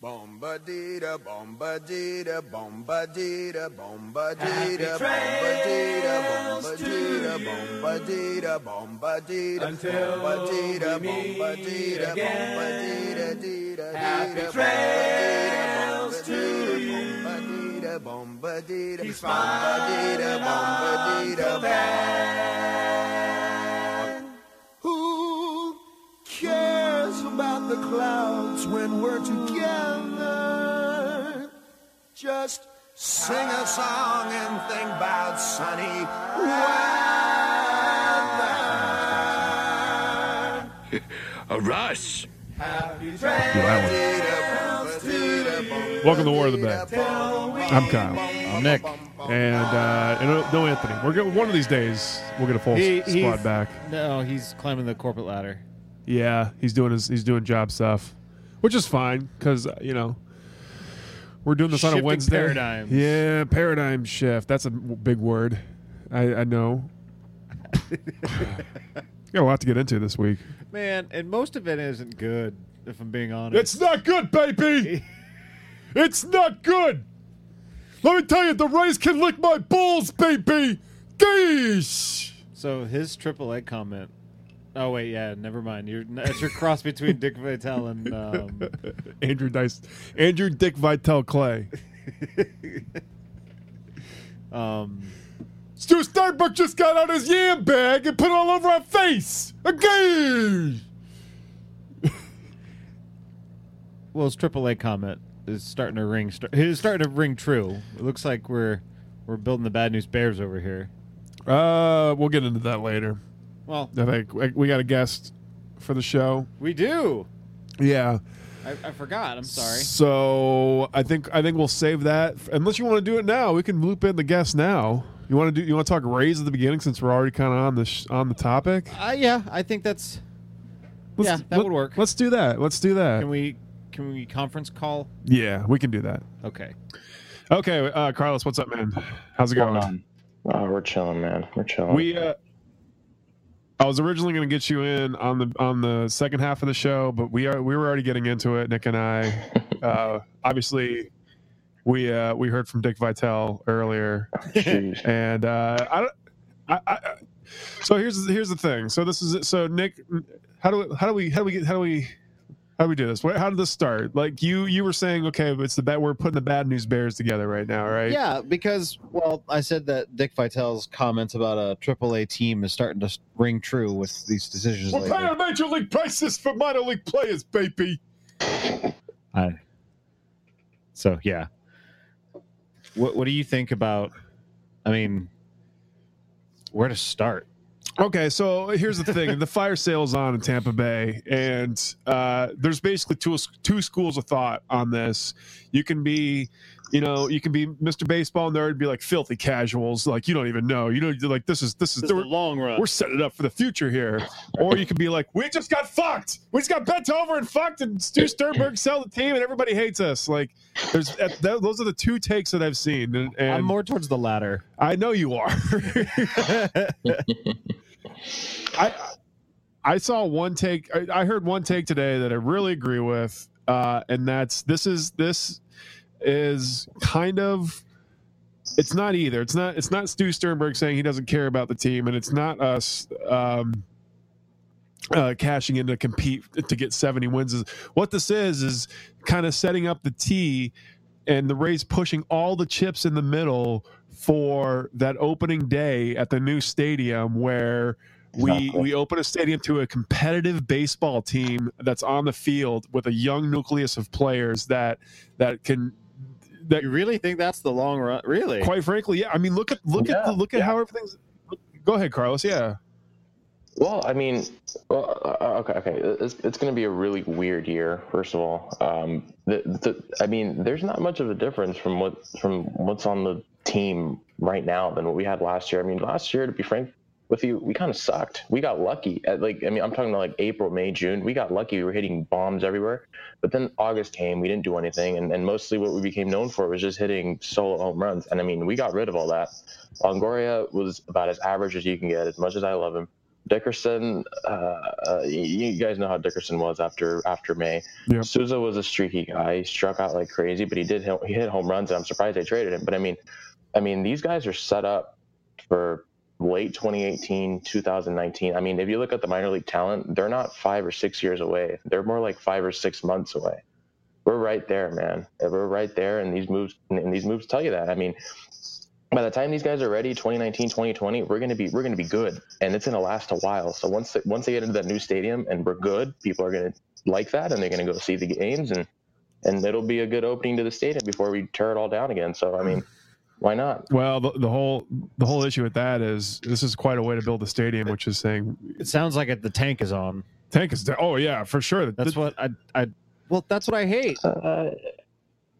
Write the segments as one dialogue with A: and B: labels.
A: Bombadita, bombadita, bombadita, bombadita,
B: Happy trails
A: bombadita,
B: to you.
A: bombadita, bombadita, bombadita,
B: Until
A: bombadita,
B: we meet
A: bombadita,
B: again.
A: bombadita, dita,
B: Happy
A: dita,
B: trails
A: bombadita,
B: to you.
A: bombadita, bombadita,
B: He's
A: bombadita,
B: smiling
A: bombadita,
B: until then.
A: Who cares about the clouds when we're together? Just sing a song and think about sunny weather.
C: Uh, Russ.
B: Happy trails
D: Welcome to War of the Band.
B: till we
E: I'm Kyle.
D: I'm Nick, and uh, and no Anthony. We're going one of these days. We'll get a full
E: He-
D: s-
E: he's-
D: squad back.
E: No, he's climbing the corporate ladder.
D: Yeah, he's doing his he's doing job stuff, which is fine because you know we're doing this on a
E: Shifting
D: Wednesday.
E: paradigms.
D: Yeah, paradigm shift. That's a w- big word. I, I know. Got a lot to get into this week.
E: Man, and most of it isn't good, if I'm being honest.
D: It's not good, baby. it's not good. Let me tell you, the rays can lick my balls, baby. Geesh.
E: so his AAA comment. Oh wait, yeah, never mind. You're it's your cross between Dick Vitale and um,
D: Andrew Dice, Andrew Dick Vitale Clay.
E: um
D: Stu Steinberg just got out his yam bag and put it all over our face. Again.
E: well, his AAA comment is starting to ring. Start, it's starting to ring true. It looks like we're we're building the bad news bears over here.
D: Uh, we'll get into that later.
E: Well,
D: I think we- we got a guest for the show.
E: we do.
D: Yeah.
E: I, I forgot. I'm sorry.
D: So I think I think we'll save that unless you want to do it now. We can loop in the guest now. You want to do? You want to talk raise at the beginning since we're already kind of on the sh- on the topic.
E: Uh, yeah, I think that's.
D: Let's-
E: yeah, that
D: let-
E: would work.
D: Let's do that. Let's do that.
E: Can we can we conference call?
D: yeah, we can do that.
E: Okay.
D: Okay, uh, Carlos, what's up, man? How's it going?
F: Oh, we're chilling, man. We're chilling.
D: We uh, I was originally going to get you in on the on the second half of the show, but we are we were already getting into it. Nick and I, uh, obviously, we uh, we heard from Dick Vitale earlier,
F: Jeez.
D: and uh, I, don't- I, I, I- so here's here's the thing. So this is it. so Nick, how do we, how do we how do we get how do we how do we do this? Where, how did this start? Like you you were saying, okay, but it's the bad. We're putting the bad news bears together right now, right?
E: Yeah, because well, I said that Dick Vitale's comments about a AAA team is starting to ring true with these decisions
D: We're
E: lately.
D: paying major league prices for minor league players, baby.
E: So yeah, what what do you think about? I mean, where to start?
D: Okay, so here's the thing: the fire sale's on in Tampa Bay, and uh, there's basically two two schools of thought on this. You can be, you know, you can be Mr. Baseball nerd, and be like filthy casuals, like you don't even know, you know, you're like this is this is we're,
E: long run.
D: we're setting it up for the future here, or you can be like we just got fucked, we just got bent over and fucked, and Stu Sternberg sell the team, and everybody hates us. Like there's that, those are the two takes that I've seen, and, and
E: I'm more towards the latter.
D: I know you are. I I saw one take. I, I heard one take today that I really agree with, uh, and that's this is this is kind of. It's not either. It's not. It's not Stu Sternberg saying he doesn't care about the team, and it's not us um, uh, cashing in to compete to get seventy wins. What this is is kind of setting up the tee, and the Rays pushing all the chips in the middle for that opening day at the new stadium where we
F: Exactly.
D: we open a stadium to a competitive baseball team that's on the field with a young nucleus of players that that can that
E: You really think that's the long run? Really?
D: quite frankly yeah i mean look at look at
F: Yeah,
D: the, look at
F: yeah.
D: how everything's go ahead carlos yeah
F: Well, I mean, well, uh, uh, okay, okay. It's, it's going to be a really weird year. First of all, um, the, the, I mean, there's not much of a difference from what from what's on the team right now than what we had last year. I mean, last year, to be frank with you, we kind of sucked. We got lucky. At, like, I mean, I'm talking about like April, May, June. We got lucky. We were hitting bombs everywhere. But then August came. We didn't do anything, and, and mostly what we became known for was just hitting solo home runs. And I mean, we got rid of all that. Longoria was about as average as you can get. As much as I love him Dickerson, uh, uh, you, you guys know how Dickerson was after after May.
D: Yep.
F: Souza was a streaky guy. He struck out like crazy, but he did hit, he hit home runs, and I'm surprised they traded him. But I mean, I mean, these guys are set up for late 2018, 2019. I mean, if you look at the minor league talent, they're not five or six years away. They're more like five or six months away. We're right there, man. We're right there, and these moves and these moves tell you that. I mean, by the time these guys are ready 2019 2020 we're going to be we're going to be good and it's going to last a while so once they, once they get into that new stadium and we're good people are going to like that and they're going to go see the games and and it'll be a good opening to the stadium before we tear it all down again so i mean why not
D: Well, the, the whole the whole issue with that is this is quite a way to build a stadium, which is saying
E: It sounds like it, the tank is on.
D: tank is. Oh yeah, for sure.
E: That's
D: the,
E: what I, I. Well, that's what I hate.
F: uh,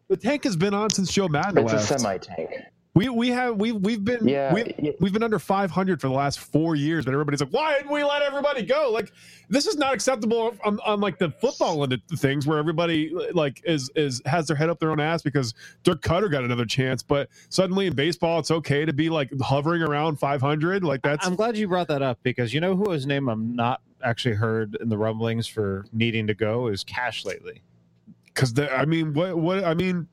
D: the tank has been on since Joe Madden
F: it's a
D: left.
F: semi tank
D: we we have we we've been
F: yeah,
D: we've,
F: yeah.
D: we've been under 500 for the last four years, but everybody's like, why didn't we let everybody go? Like, this is not acceptable on, on like the football end of things where everybody like is is has their head up their own ass because Dirk Cutter got another chance, but suddenly in baseball it's okay to be like hovering around 500. Like that's
E: I'm glad you brought that up because you know who whose name I'm not actually heard in the rumblings for needing to go is Cash lately.
D: because I mean what what I mean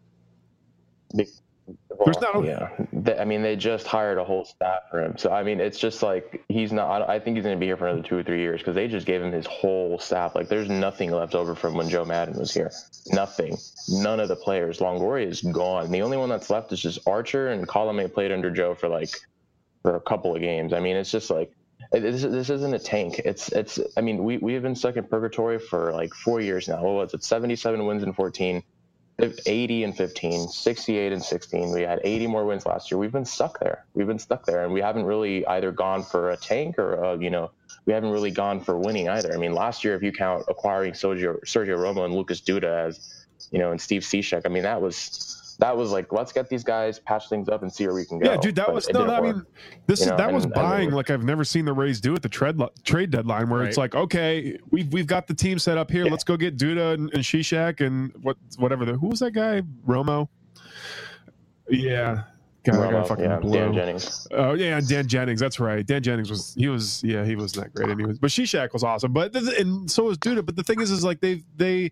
D: There's not a-
F: yeah They- i mean they just hired a whole staff for him so i mean it's just like he's not i don't- I think he's going to be here for another two or three years because they just gave him his whole staff like there's nothing left over from when joe madden was here nothing none of the players longoria is gone the only one that's left is just archer and colome played under joe for like for a couple of games i mean it's just like it- this, this isn't a tank it's it's i mean we, we have been stuck in purgatory for like four years now what was it 77 wins in 14 80 and 15, 68 and 16. We had 80 more wins last year. We've been stuck there. We've been stuck there, and we haven't really either gone for a tank or uh, you know we haven't really gone for winning either. I mean, last year if you count acquiring Sergio Sergio Romo and Lucas Duda as you know and Steve Cishek, I mean that was that was like let's get these guys patch things up and see where we can go.
D: Yeah, dude, that
F: But
D: was
F: it
D: no.
F: didn't
D: I
F: work.
D: mean, this
F: You
D: is
F: know,
D: that was
F: and- and it
D: buying
F: worked.
D: like I've never seen the Rays do at the trade trade deadline, where it's like, okay, we've we've got the team set up here.
F: Yeah.
D: Let's go get Duda and, and Shishak and what whatever the who was that guy Romo. Yeah, God, that guy
F: Romo,
D: fucking
F: yeah,
D: blew.
F: Dan Jennings.
D: Oh yeah, and Dan Jennings. That's right. Dan Jennings was he was yeah he was not great. And he was, but Shishak was awesome. But th- and so was Duda. But the thing is, is like they they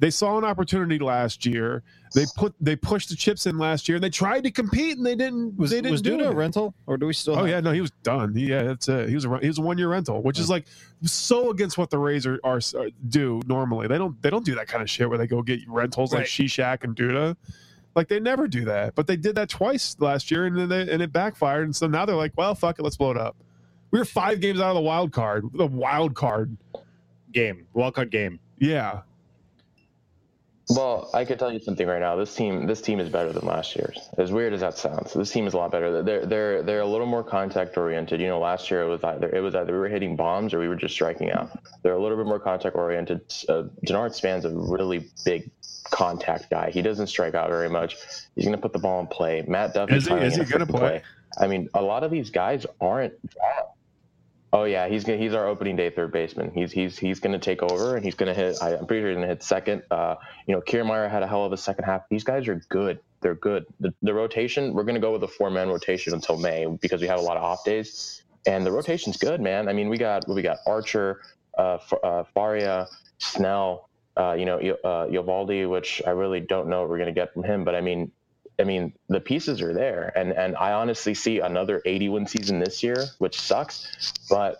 D: they saw an opportunity last year. They put they pushed the chips in last year, and they tried to compete, and they didn't.
E: Was,
D: they didn't
E: was
D: do
E: Duda a
D: it.
E: rental or do we still?
D: Oh
E: have-
D: yeah, no, he was done. He- Yeah, that's it. He was a he was a one year rental, which is like so against what the Rays are, are do normally. They don't they don't do that kind of shit where they go get rentals like
E: Right.
D: Shishak and Duda. Like they never do that, but they did that twice last year, and then they, and it backfired. And so now they're like, well, fuck it, let's blow it up. We were five games out of the wild card. The wild card,
E: game wildcard game.
D: yeah.
F: Well, I can tell you something right now. This team, this team is better than last year's. As weird as that sounds, this team is a lot better. They're they're they're a little more contact oriented. You know, last year it was either it was either we were hitting bombs or we were just striking out. They're a little bit more contact oriented. Uh, Denard Span's a really big contact guy. He doesn't strike out very much. He's going to put the ball in play. Matt Duffy
D: Is he-
F: finally
D: is he
F: gonna
D: gonna
F: put the
D: play?
F: I mean, a lot of these guys aren't. Oh yeah, he's gonna, he's our opening day third baseman. He's he's he's going to take over and he's going to hit. I, I'm pretty sure he's going to hit second. Uh, you know, Kiermaier had a hell of a second half. These guys are good. They're good. The, the rotation, we're going to go with a four man rotation until May because we have a lot of off days, and the rotation's good, man. I mean, we got we got Archer, uh, F- uh, Faria, Snell. Uh, you know, Yo- uh, Yovaldi, which I really don't know what we're going to get from him, but I mean, I mean, the pieces are there, and and I honestly see another 80 win season this year, which sucks. But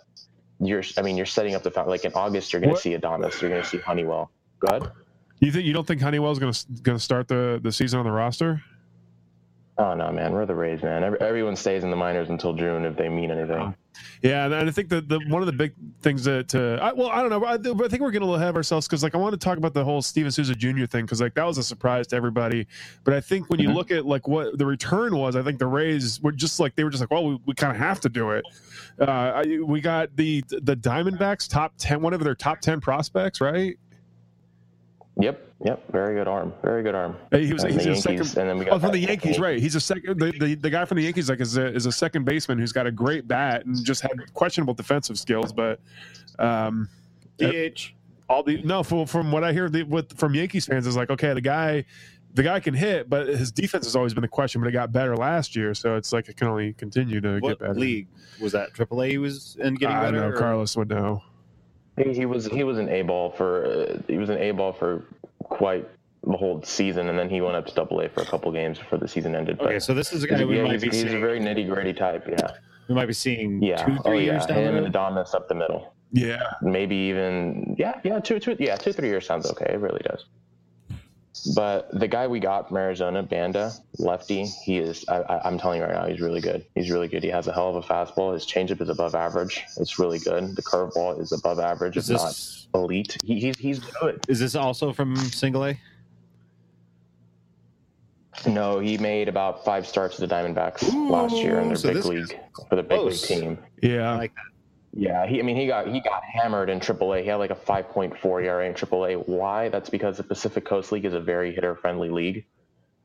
F: you're, I mean, you're setting up the found like in August, you're going to
D: What-
F: see Adonis, you're going to see Honeywell. Go ahead.
D: You think you don't think Honeywell's gonna gonna start the the season on the roster?
F: Oh no, man, we're the Rays, man. Every, everyone stays in the minors until June if they mean anything.
D: Yeah, and I think that the one of the big things that to I, well, I don't know, I, I think we're getting a little ahead of ourselves because like I want to talk about the whole Steven Souza Jr. thing because like that was a surprise to everybody. But I think when you
F: Mhm.
D: look at like what the return was, I think the Rays were just like they were just like, well, we, we kind of have to do it. Uh, I, we got the the Diamondbacks top ten, one of their top ten prospects, right?
F: Yep, yep, very good arm, very good arm.
D: Hey, Uh, He was,
F: And
D: he's
F: the
D: a second.
F: Yankees, and then we got
D: Oh, from the
F: that-
D: Yankees, right? He's a second. The, the, the guy from the Yankees, like, is a, is a second baseman who's got a great bat and just had questionable defensive skills, but um,
E: DH.
D: all the no from, from what I hear the, with from Yankees fans is like okay the guy the guy can hit, but his defense has always been the question. But it got better last year, so it's like it can only continue to get
G: What
D: better.
G: league was that? AAA he was in getting
D: I
G: better.
D: know
G: or-
D: Carlos would know.
F: He, he was he was an A ball for uh, he was an A ball for quite the whole season, and then he went up to Double A for a couple games before the season ended.
G: Okay,
F: but
G: so this is a guy we
F: yeah,
G: might
F: he's,
G: be
F: he's a
G: seeing.
F: very nitty gritty type. Yeah,
G: we might be seeing
F: yeah.
G: two, three
F: oh
G: years down
F: yeah,
G: the
F: him and
G: road.
F: Adonis up the middle.
D: Yeah,
F: Maybe even yeah, yeah, two, two, yeah, two, three years sounds okay. It really does. But the guy we got from Arizona, Banda, lefty, he is. I, I, I'm telling you right now, he's really good. He's really good. He has a hell of a fastball. His changeup is above average. It's really good. The curveball is above average,
E: Is
F: if not
E: this
F: elite. He, he's he's good.
E: is this also from single A?
F: No, he made about five starts with the Diamondbacks last year in their
G: so
F: big
G: this
F: league
G: guy's
F: for the big
G: close.
F: league team.
D: yeah.
G: Like-
F: Yeah, he. I mean, he got he got hammered in AAA. He had like E a 5.4 ERA in AAA. Why? That's because the Pacific Coast League is a very hitter friendly league,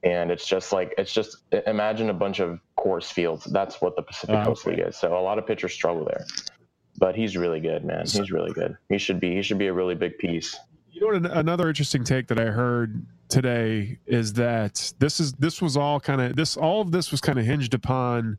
F: and it's just like it's just i- imagine a bunch of course fields. That's what the Pacific
E: Ah,
F: Coast League is. So a lot of pitchers struggle there, but he's really good, man. He's really good. He should be he should be a really big piece.
D: You know what? an- Another interesting take that I heard today is that this is this was all kind of this all of this was kind of hinged upon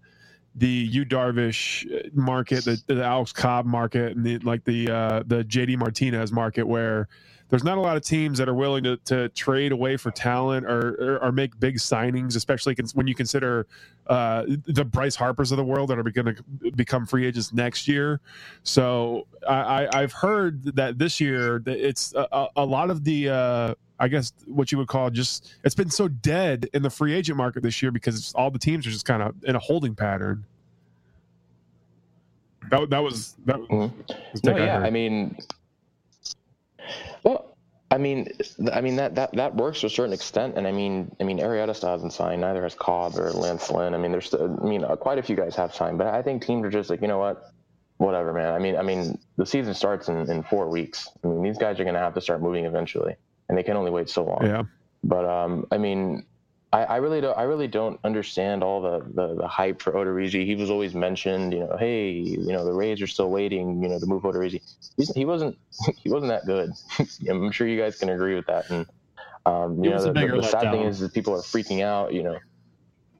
D: the U Darvish uh, market, the, the Alex Cobb market, and the like the uh, the JD Martinez market, where there's not a lot of teams that are willing to, to trade away for talent or, or or make big signings, especially cons- when you consider uh, the Bryce Harpers of the world that are going to become free agents next year. So I, I, I've heard that this year that it's a, a, a lot of the uh, I guess what you would call just it's been so dead in the free agent market this year because all the teams are just kind of in a holding pattern. That, wa- that was that was
F: Mhm.
D: the
F: No,
D: take I
F: yeah,
D: heard.
F: I, mean, well, I mean, th- I mean that, that that works to a certain extent, and I mean, I mean, Arietta still hasn't signed. Neither has Cobb or Lance Lynn. I mean, there's, still, I mean, uh, quite a few guys have signed, but I think teams are just like, you know what, whatever, man. I mean, I mean, the season starts in, in four weeks. I mean, these guys are going to have to start moving eventually, and they can only wait so long.
D: yeah,
F: But um, I mean, I, I really don't. I really don't understand all the, the, the hype for Odorizzi. He was always mentioned, you know, hey, you know, the Rays are still waiting, you know, to move Odorizzi. He's, he wasn't. He wasn't that good. I'm sure you guys can agree with that. And um,
E: He
F: you know,
E: was a
F: the, the-
E: bigger
F: the sad thing
E: letdown.
F: is that people are freaking out. You know,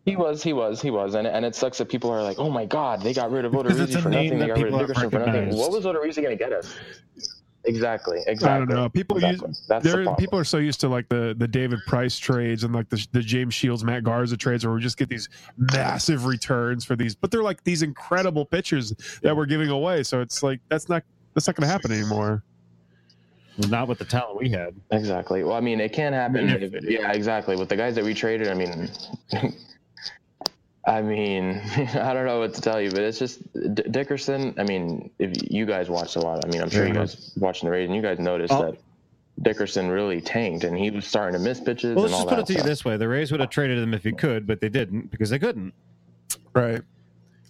F: he was, he was, he was, and and it sucks that people are like, oh my god, they got rid of
E: Because it's
F: Odorizzi
E: a
F: for
E: name
F: nothing. They
E: that
F: got rid
E: people
F: of
E: have
F: Dickerson for nothing.
E: recognized.
F: What was Odorizzi going to get us? Exactly. Exactly.
D: I don't know. People
F: Exactly.
D: use
F: That's the
D: they're-
F: problem.
D: people are so used to like the the David Price trades and like the, the James Shields, Matt Garza trades, where we just get these massive returns for these, but they're like these incredible pitchers that we're giving away. So it's like that's not that's not going to happen anymore.
E: Well, not with the talent we had.
F: Exactly. Well, I mean, it can happen. if- yeah, exactly. With the guys that we traded, I mean, I mean, I don't know what to tell you, but it's just D- Dickerson. I mean, if you guys watched a lot, I mean, I'm sure you
D: Yeah.
F: guys watching the Rays and you guys noticed
E: Oh.
F: that Dickerson really tanked and he was starting to miss pitches.
E: Well, let's
F: and all
E: just put
F: that
E: it to you
F: stuff.
E: this way: the Rays would have traded him if he could, but they didn't because they couldn't.
D: Right.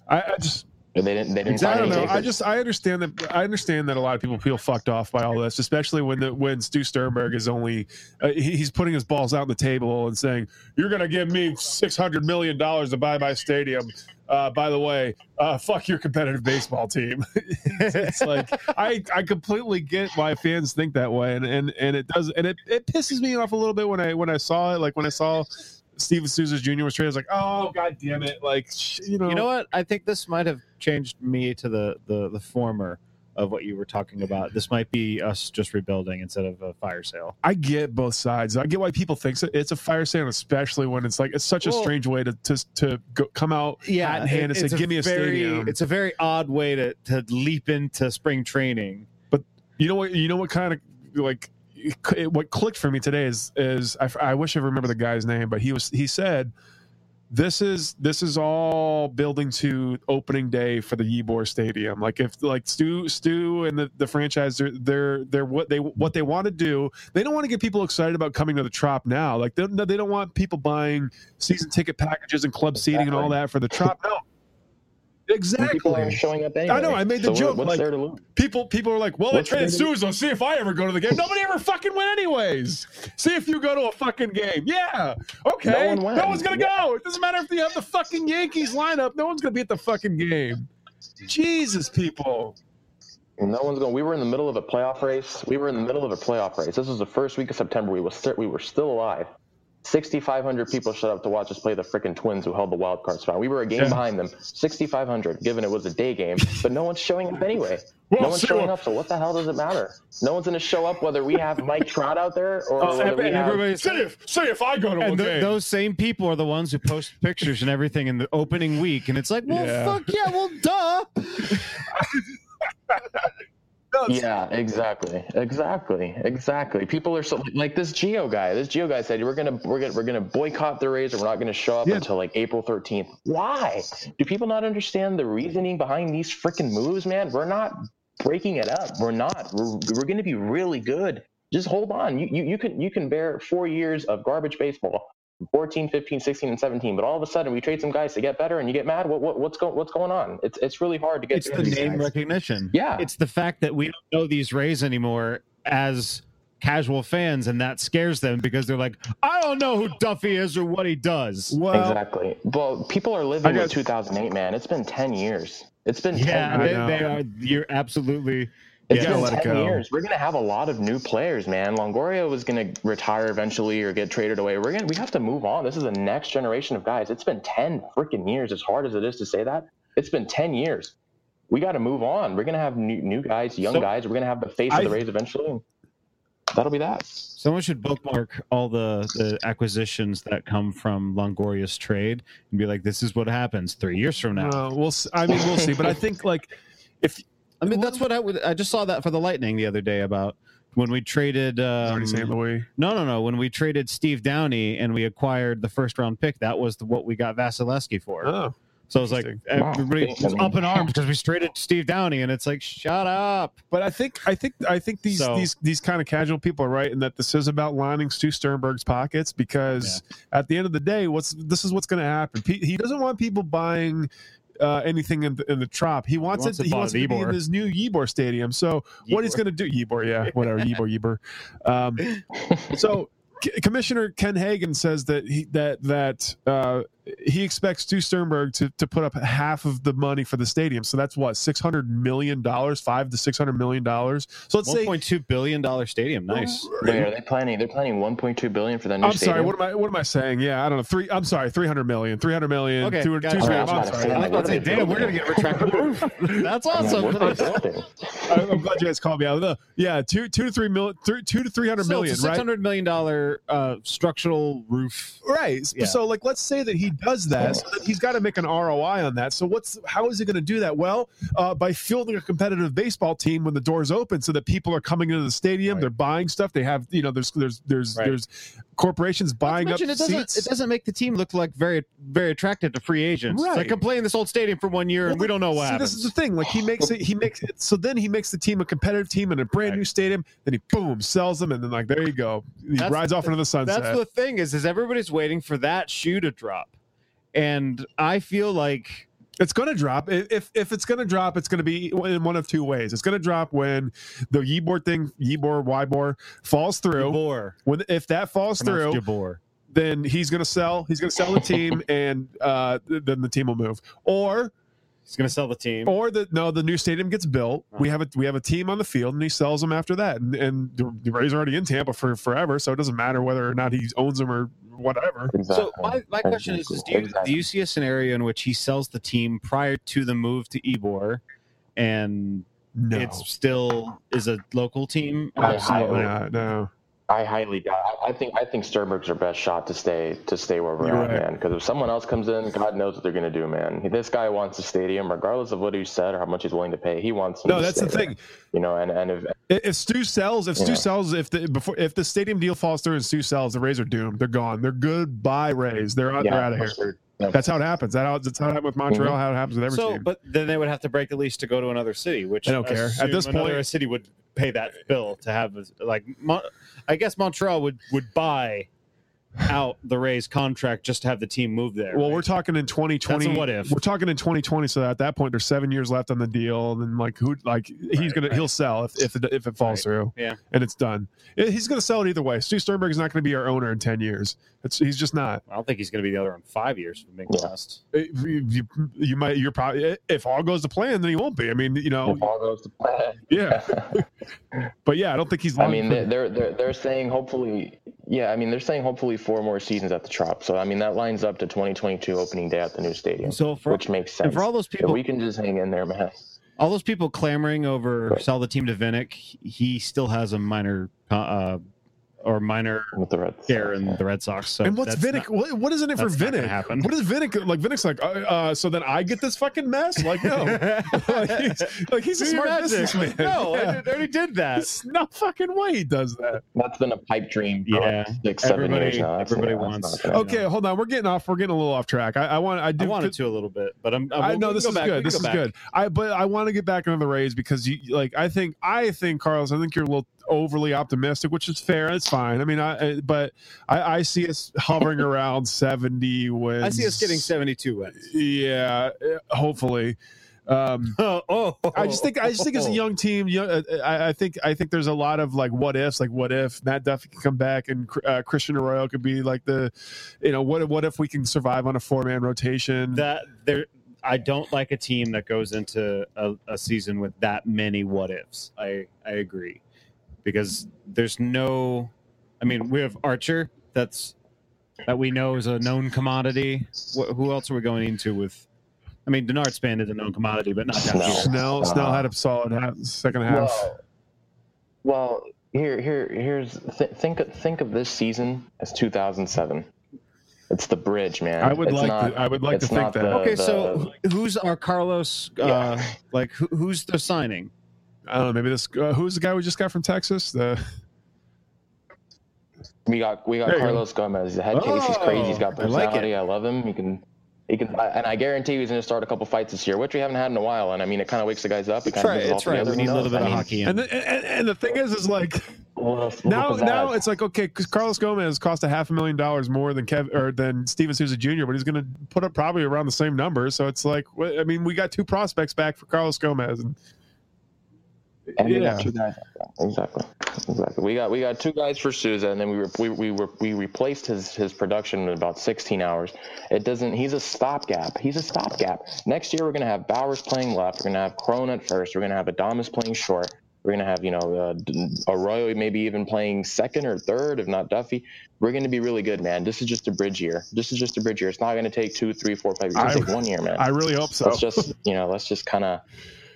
D: I, I just
F: They didn't. They didn't.
D: I
F: find
D: don't know.
F: anything.
D: I just I understand that I understand that a lot of people feel fucked off by all this, especially when the when Stu Sternberg is only uh, he, he's putting his balls out on the table and saying you're going to give me six hundred million dollars to buy my stadium. Uh, by the way, uh, fuck your competitive baseball team. it's like I I completely get why fans think that way, and and and it does, and it it pisses me off a little bit when I when I saw it, like when I saw. Steven Souza Jr. was traded. I was like, oh god damn it! Like, sh- you know,
E: You know what? I think this might have changed me to the the, the former of what you were talking about. This might be us just rebuilding instead of a fire sale.
D: I get both sides. I get why people think so. it's a fire sale, especially when it's like it's such a
E: Well-
D: strange way to to, to go, come out hat in hand and
E: it's
D: say, "Give me a
E: very,
D: stadium."
E: It's a very odd way to, to leap into spring training.
D: you know what? You know what kind of like it, what clicked for me today is is I, I wish I remember the guy's name, but he was he said this is this is all building to opening day for the Ybor Stadium. Like if like Stu Stu and the, the franchise they're, they're they're what they what they want to do. They don't want to get people excited about coming to the Trop now. Like they, they don't want people buying season ticket packages and club seating and all
F: Exactly.
D: that for the Trop. No,
F: People aren't
D: exactly.
F: showing up anyway.
D: I know, I made the
F: So what-
D: joke,
F: What's
D: like-
F: there to lose?
D: People people are like, well, they
F: What's the
D: traded
F: name
D: Souza. See if I ever go to the game. Nobody ever fucking went anyways. See if you go to a fucking game. Yeah.
F: No
D: Okay.
F: one
D: No,
F: went.
D: one's gonna go. It doesn't matter if you have the fucking Yankees lineup. No one's gonna be at the fucking game. Jesus, people.
F: No one's going. We were in the middle of a playoff race. We were in the middle of a playoff race. This was the first week of September. We was st- we were still alive, 6,500 people showed up to watch us play the freaking Twins, who held the wild card spot. We were a game
D: Yeah.
F: behind them, 6,500, given it was a day game, but no one's showing up anyway.
D: Well,
F: no one's
D: so-
F: showing up, so what the hell does it matter? No one's going to show up whether we have Mike Trout out there or
E: Oh,
F: whether we
E: and
F: have.
E: everybody's
D: Say if, say if I go to a
E: and th-
D: game.
E: those same people are the ones who post pictures and everything in the opening week, and it's like, well,
D: Yeah.
E: fuck yeah, well, duh.
F: Yeah, exactly, exactly, exactly. People are so like this Geo guy. This Geo guy said we're gonna we're gonna we're gonna boycott the Rays, or we're not gonna show up
D: Yeah.
F: until like April thirteenth. Why? Do people not understand the reasoning behind these freaking moves, man? We're not breaking it up. We're not. We're, we're gonna be really good. Just hold on. You, you you can you can bear four years of garbage baseball. 14, 15, 16, and 17. But all of a sudden, we trade some guys to get better, and you get mad. What, what what's going what's going on? It's it's really hard to get.
E: It's
F: through
E: the
F: these
E: name
F: guys.
E: recognition.
F: Yeah.
E: It's the fact that we don't know these Rays anymore as casual fans, and that scares them because they're like, I don't know who Duffy is or what he does.
D: well,
F: exactly. Well, people are
D: I
F: living
D: guess-
F: with 2008, man. It's been 10 years. It's been 10
E: Yeah,
D: I
E: they,
D: know.
E: they are. You're absolutely.
F: it's
D: gotta
F: been
D: let it
F: 10
D: go.
F: years. We're gonna have a lot of new players, man. Longoria was gonna retire eventually or get traded away. We're gonna we have to move on. This is the next generation of guys. It's been 10 freaking years. As hard as it is to say that, it's been 10 years. We got to move on. We're gonna have new new guys, young
D: So-
F: guys. We're gonna have the face
D: I-
F: of the Rays eventually. That'll be that.
E: Someone should bookmark all the, the acquisitions that come from Longoria's trade and be like, this is what happens three years from now.
D: uh, we'll. s- I mean, we'll see. But I think like if
E: I mean, that's what I would. I just saw that for the Lightning the other day about when we traded. Um,
D: Tony St. Louis.
E: no, no, no. When we traded Steve Downey and we acquired the first round pick, that was the, what we got Vasilevsky for.
D: Oh,
E: so I was like,
D: interesting.
F: Wow.
E: everybody was up in arms because we traded Steve Downey, and it's like, shut up.
D: but I think I think I think these
E: So-
D: these these kind of casual people are right, and that this is about lining Stu Sternberg's pockets because at the end of the day, what's this is what's going to happen. He, he doesn't want people buying. Uh, anything in the, in the trop. He wants,
E: wants
D: it.
E: a
D: He
E: pot
D: wants
E: of
D: it to be in
E: Ybor.
D: his new Ybor Stadium. So what he's going to do, Ybor, yeah, whatever, Ybor, Ybor. Um, so C- Commissioner Ken Hagan says that he that that uh, he expects Stu Sternberg to to put up half of the money for the stadium. So that's what six hundred million dollars, five to six hundred million dollars. So let's
E: One
D: say. uh,
E: point two billion dollar stadium, nice.
F: Wait, are they planning? They're planning 1.2 billion for that new
D: I'm
F: stadium.
D: sorry. What am I? What am I saying? Yeah, I don't know. Three. I'm sorry. Three hundred million. Three hundred million.
E: Okay,
D: Two,
E: got it.
D: two, three,
F: All
D: I'm
F: right, I was about to say,
D: sorry.
E: I
F: I'm
E: was
F: like,
E: about
F: what
E: to say,
F: are they
E: damn, we're gonna
F: building?
E: get retractable roof. That's awesome.
F: What are they building?
D: I- I'm glad you guys called me out. Uh, Yeah, two, two to three mil, three, two to three hundred
E: So
D: million.
E: it's a six
D: right?
E: hundred million dollar uh, structural roof.
D: Right. S-
E: Yeah.
D: So like let's say that he does that, so that he's got to make an ROI on that. So what's how is he going to do that? Well, uh, by fielding a competitive baseball team when the doors open so that people are coming into the stadium,
E: Right.
D: they're buying stuff, they have, you know, there's there's there's
E: Right.
D: there's corporations
E: Not to
D: buying up
E: mention, it doesn't
D: seats.
E: it doesn't make the team look like very very attractive to free agents. It's
D: Right.
E: like I'm playing this old stadium for one year and we don't know what
D: See,
E: happens.
D: this is the thing. Like he makes it, he makes it. So then he makes the team a competitive team in a brand new stadium. Then he boom sells them, and then like there you go. He
E: That's-
D: rides off into the sunset.
E: That's the thing is is everybody's waiting for that shoe to drop, and I feel like
D: It's going to drop. I- If if it's going to drop, it's going to be in one of two ways. It's going to drop when the Yibor thing, Yibor, Ybor falls through.
E: Jabor,
D: When if that falls
E: pronounced
D: through,
E: Jabor.
D: then he's going to sell. He's going to sell the team, and uh, th- then the team will move. Or
E: He's gonna sell the team.
D: or the no, the new stadium gets built. We have a we have a team on the field, and he sells them after that. And, and the, the Rays are already in Tampa for forever, so it doesn't matter whether or not he owns them or whatever.
E: So
F: Exactly.
E: my, my question is, is do, you, do you see a scenario in which he sells the team prior to the move to Ebor, and
D: No,
E: it's still is a local team?
F: I- I-
D: absolutely not. No,
F: I highly doubt. I- I think I think Sternberg's our best shot to stay to stay where we're
D: You're
F: at,
D: right.
F: man. Because if someone else comes in, God knows what they're gonna do, man. This guy wants a stadium, regardless of what he said or how much he's willing to pay. He wants. them
D: no,
F: to
D: that's
F: stay
D: the
F: there,
D: thing.
F: you know. And and if
D: If if Stu sells, if Stu
F: Yeah.
D: sells, if the before if the stadium deal falls through and Stu sells, the Rays are doomed. They're gone. They're goodbye Rays. They're out. they're out of here. That's how it happens. That how, that's how it happened with
F: Mm-hmm.
D: Montreal. How it happens with every
E: So,
D: team.
E: but then they would have to break the lease to go to another city, which
D: I don't care. At
E: assume
D: this point-
E: another city would pay that bill to have a- like. Mon- I guess Montreal would would buy out the Rays contract just to have the team move there.
D: well,
E: right?
D: we're talking in 2020.
E: That's a what if.
D: We're talking in 2020. So at that point, there's seven years left on the deal. And then like who, like he's
E: Right,
D: gonna
E: right.
D: he'll sell if if it, if it falls through.
E: Yeah.
D: and it's done. Eh, He's gonna sell it either way. Stu Sternberg is not gonna be our owner in 10 years. It's, he's just not.
E: I don't think he's going to be the other in five years. If I'm being
F: Yeah.
E: honest.
D: Eh, You, you, you might. You're probably. If all goes to plan, then he won't be. I mean, you know.
F: if all goes to plan,
D: Yeah. But yeah, I don't think he's.
F: I
D: long
F: mean,
D: for-
F: they- they're they're they're saying hopefully yeah, I mean, they're saying hopefully four more seasons at the Trop. So I mean, that lines up to 2022 opening day at the new stadium,
E: So for
F: which makes sense.
E: and for all those
F: If
E: people,
F: we can just hang in there, man.
E: all those people clamoring over sell the team to Vinnick, he still has a minor uh, or minor
F: With the Reds.
E: share in the Red Sox. So
D: and what's
E: that's
D: Vinnick?
E: not-
D: what, what is in it for
E: that's not gonna
D: Vinnick?
E: happen.
D: What is Vinnick like? Vinnick's like, uh, uh, so then I get this fucking mess? Like, no, like, he's, like, he's a
E: Do your
D: smart
E: magic.
D: businessman.
E: No, I
D: Yeah.
E: did- I already did that.
D: There's no fucking way he does that.
F: That's been a pipe dream for
E: Yeah,
F: like six, seven
E: everybody-
F: years now. That's-
E: everybody
F: that's
E: wants-
F: not gonna happen.
D: Okay, hold on. We're getting off. We're getting a little off track. I, I want. I do.
E: I wanted to a little bit, but I'm. I'm
D: I
E: we
D: know
E: can
D: this
E: go
D: is
E: back, we
D: good.
E: can
D: This
E: go
D: is
E: back.
D: good. I but I want to get back into the Rays because you like I think I think Carlos. I think you're a little overly optimistic, which is fair. It's fine. I mean, I I- but I, I see us hovering around seventy wins.
E: I see us getting 72 wins.
D: Yeah, eh, hopefully. Um,
E: Oh, oh,
D: I just think I just think as a young team, you know, I, I think I think there's a lot of like what ifs, like what if Matt Duffy can come back and uh, Christian Arroyo could be like the, you know, what what if we can survive on a four man rotation?
E: that there I don't like a team that goes into a, a season with that many what ifs. I I agree because there's no I mean we have Archer that's that we know is a known commodity. Wh- who else are we going into with? I mean Denard's band is a known commodity, but not down
F: No.
E: here.
D: Snell Snell had a solid half, second half.
F: Well, well, here, here, here's th- think of, think of this season as 2007. It's the bridge, man.
D: I would
F: It's
D: like
F: not-
D: to, I would like to
F: it's
D: think
F: not
D: that.
F: the-
E: Okay, so wh- who's our Carlos? Uh, Like who, who's the signing?
D: I don't know. Maybe this uh, who's the guy we just got from Texas? The
F: we got we got
D: There you go.
F: Carlos Gomez. The head case. He's crazy. He's got
E: Oh, I like it.
F: personality. I, love him. He can. He can, I- and I guarantee he's going to start a couple fights this year, which we haven't had in a while. And I mean, it kind of wakes the guys up. It kind of
E: We need a little bit of hockey.
D: and,
E: In.
D: the, and and the thing is, is like now now it's like okay, 'cause Carlos Gomez cost a half a million dollars more than Kev or than Steven Souza Jr., but he's going to put up probably around the same number. So it's like wh- I mean, we got two prospects back for Carlos Gomez, and
F: And we got
D: Yeah.
F: two guys. Exactly. Exactly. We got we got two guys for Souza, and then we re- we we were we replaced his his production in about 16 hours. It doesn't. He's a stopgap. He's a stopgap. Next year we're gonna have Bowers playing left. We're gonna have Crone at first. We're gonna have Adamas playing short. We're gonna have you know uh, D- Arroyo maybe even playing second or third, if not Duffy. We're gonna be really good, man. This is just a bridge year. This is just a bridge year. It's not gonna take two, three, four, five years. It's
D: I-
F: gonna take one year, man
D: I really hope so.
F: let's just you know let's just kind of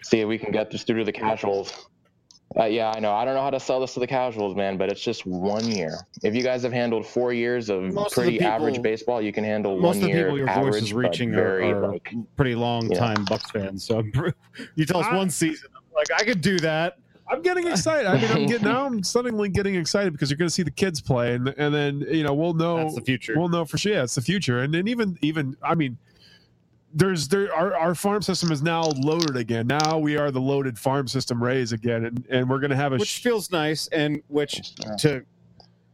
F: see if we can get this through to the casuals uh, yeah i know i don't know how to sell this to the casuals man but it's just one year if you guys have handled four years of
E: Most of the
F: pretty
E: people-
F: average baseball you can handle
E: Most
F: one
E: of the
F: year
E: people your
F: average,
E: voice is
F: but
E: reaching are,
F: very
E: are
F: like
E: pretty long
F: you know.
E: time Bucks fans. So I'm, you tell us
D: I-
E: one season, I'm like I could do that.
D: I'm getting excited. I mean, I'm getting now. I'm suddenly getting excited because you're going to see the kids play, and and then you know we'll know
E: That's the future.
D: Well, no, for sure, yeah, it's the future, and then even even I mean, there's there our our farm system is now loaded again. Now we are the loaded farm system Rays again, and and we're gonna have a
E: which
D: sh-
E: feels nice, and which to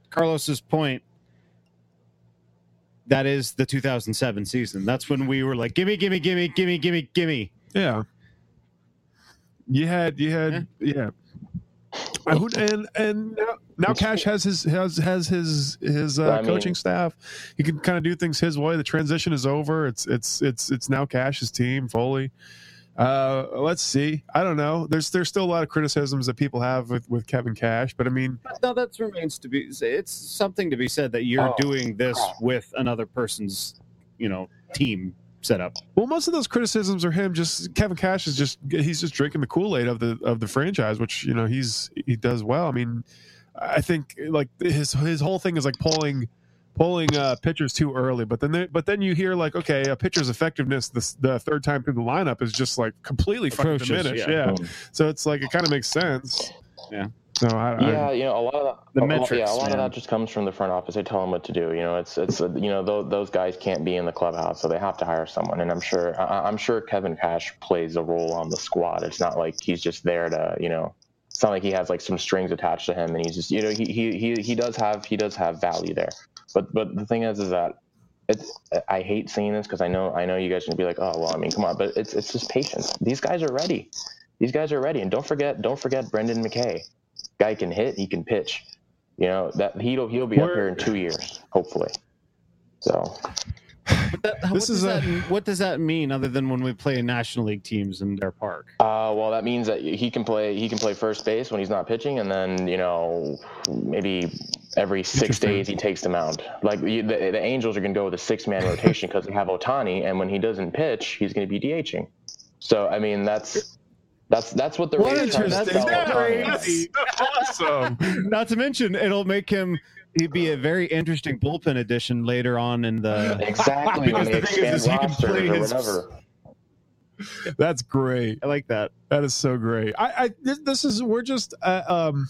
E: Carlos's point, that is the 2007 season. That's when we were like, gimme, gimme, gimme, gimme, gimme, gimme.
D: yeah. You had you had yeah. Uh, who- And and now, now Cash has his has has his his uh,
F: I mean-
D: coaching staff. He can kind of do things his way. The transition is over. It's it's it's it's now Cash's team fully. Uh, let's see. I don't know. There's there's still a lot of criticisms that people have with with Kevin Cash, but I mean,
E: No, that remains to be. It's something to be said that you're
F: Oh.
E: doing this with another person's, you know, team setup.
D: Well, most of those criticisms are him. Just Kevin Cash is just he's just drinking the Kool Aid of the of the franchise, which you know he's he does well. I mean, I think like his his whole thing is like pulling pulling uh, pitchers too early, but then they, but then you hear like okay, a pitcher's effectiveness the, the third time through the lineup is just like completely fucking
E: Atrocious,
D: diminished.
E: yeah.
D: Yeah. so it's like it kind of makes sense.
E: Yeah.
D: So I, I-
F: yeah, you know, a lot of that,
E: The
F: a lot-
E: metrics,
F: yeah, a lot
E: man.
F: of that just comes from the front office. They tell them what to do. You know, it's it's uh, you know those, those guys can't be in the clubhouse, so they have to hire someone. And I'm sure I- I, I'm sure Kevin Cash plays a role on the squad. It's not like he's just there to you know. It's not like he has like some strings attached to him, and he's just you know he he he, he does have he does have value there. But but the thing is is that. It's, I hate saying this because I know I know you guys are gonna be like, oh well, I mean, come on, but it's it's just patience. These guys are ready. These guys are ready, and don't forget don't forget Brendan McKay guy can hit, he can pitch. You know that he'll he'll be up
D: Where-
F: here in two years, hopefully. So
E: But that, how-
D: This
E: what
D: is
E: does
D: a-
E: that, what does that mean other than when we play national league teams in their park?
F: Uh, well, that means that he can play. He can play first base when he's not pitching, and then you know maybe every six
D: Interesting.
F: days he takes the mound. Like you, the, the Angels are going to go with a six-man rotation because they have Otani, and when he doesn't pitch, he's going to be DHing. So I mean, that's that's that's what they're.
D: What
F: really trying to
D: interesting.
F: sell
D: Yeah,
F: Ohtani.
D: that's awesome.
E: Not to mention, it'll make him he'd be a very interesting bullpen addition later on in the.
F: Exactly. when
E: Because
F: they
E: the thing is, is
F: expand
E: he can
F: rosters
E: play
F: or
E: his-
F: whatever.
D: That's great.
E: I like that.
D: That is so great. I, I this, this is we're just uh, um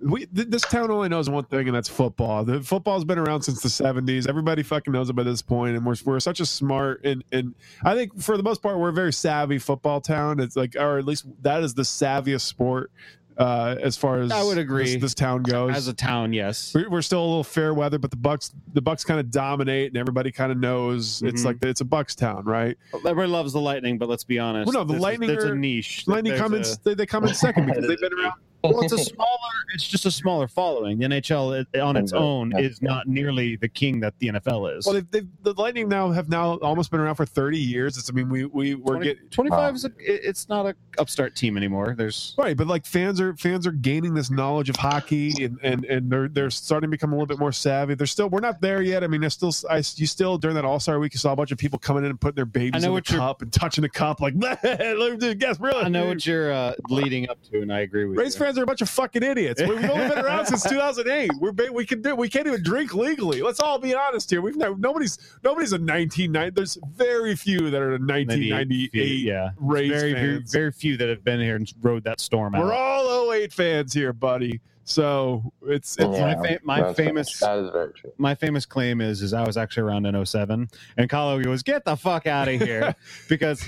D: we th- this town only knows one thing and that's football. The football's been around since the 70s. Everybody fucking knows it by this point and we're we're such a smart and and I think for the most part we're a very savvy football town. It's like or at least that is the savviest sport uh as far as
E: I would agree.
D: this, this town goes.
E: As a town, yes.
D: We- we're still a little fair weather, but the Bucks the Bucks kind of dominate, and everybody kind of knows it's
E: Mhm.
D: like it's a Bucks town, right?
E: Everyone loves the Lightning, but let's be honest.
D: Well, no, the
E: there's a-
D: Lightning
E: There's
D: are-
E: a niche.
D: Lightning
E: There's
D: come in,
E: a-
D: they, they come in second because they've been around.
E: well, it's a smaller. It's just a smaller following. The NHL i- on its own is not nearly the king that the NFL is.
D: Well, they've, they've, the Lightning now have now almost been around for thirty years. It's I mean we we we're
E: 20
D: getting
E: 25 is a, it- it's not a upstart team anymore. There's
D: Right, but like fans are fans are gaining this knowledge of hockey, and and and they're they're starting to become a little bit more savvy. They're still we're not there yet. I mean, there's still I, you still during that All Star week, you saw a bunch of people coming in and putting their
E: I
D: babies
E: know
D: in the
E: what you're-
D: cup and touching the cup like, look, dude, guess really.
E: I know
D: dude."
E: what you're uh, leading up to, and I agree with
D: Rays
E: you.
D: fans are a bunch of fucking idiots. We- We've only been around since 2008. We're ba- we can do we can't even drink legally. Let's all be honest here. We've never, nobody's nobody's a 1990. There's very few that are a 1998
E: yeah.
D: Rays
E: Very, very,
D: fans.
E: very few that have been here and rode that storm out.
D: We're all 08 fans here, buddy. So it's, it's
E: my fa- my
F: that's-
E: famous-
F: That is very true.
E: my famous claim is is I was actually around in 07 and Kyle goes get the fuck out of here because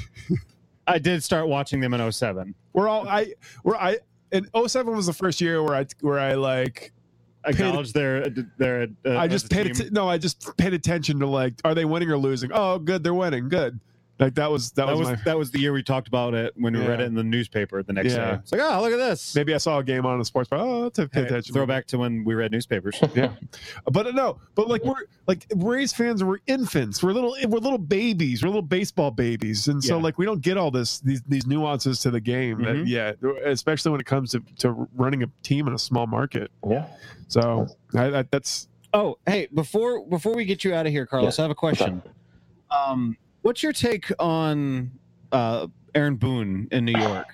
E: I did start watching them in 07
D: we're all I we're I and 07 was the first year where I where I like
E: acknowledge their their uh,
D: I just
E: the
D: paid
E: team.
D: atten- no I just paid attention to like are they winning or losing? Oh, good, they're winning. Good. Like that was that,
E: that
D: was,
E: was
D: my
E: that was the year we talked about it when we read
D: Yeah.
E: it in the newspaper the next
D: Yeah.
E: day it's like oh look at this
D: maybe I saw a game on the sports bar. Oh, to pay
E: Hey,
D: attention.
E: throwback to when we read newspapers
D: But uh, no, but like we're like Rays fans, we're infants, we're little, we're little babies, we're little baseball babies, and so
E: Yeah.
D: like we don't get all this these these nuances to the game
E: Mhm.
D: that, yet, especially when it comes to to running a team in a small market.
F: Yeah.
D: So I, I, that's
E: oh hey before before we get you out of here Carlos I have a question um what's your take on uh Aaron Boone in New York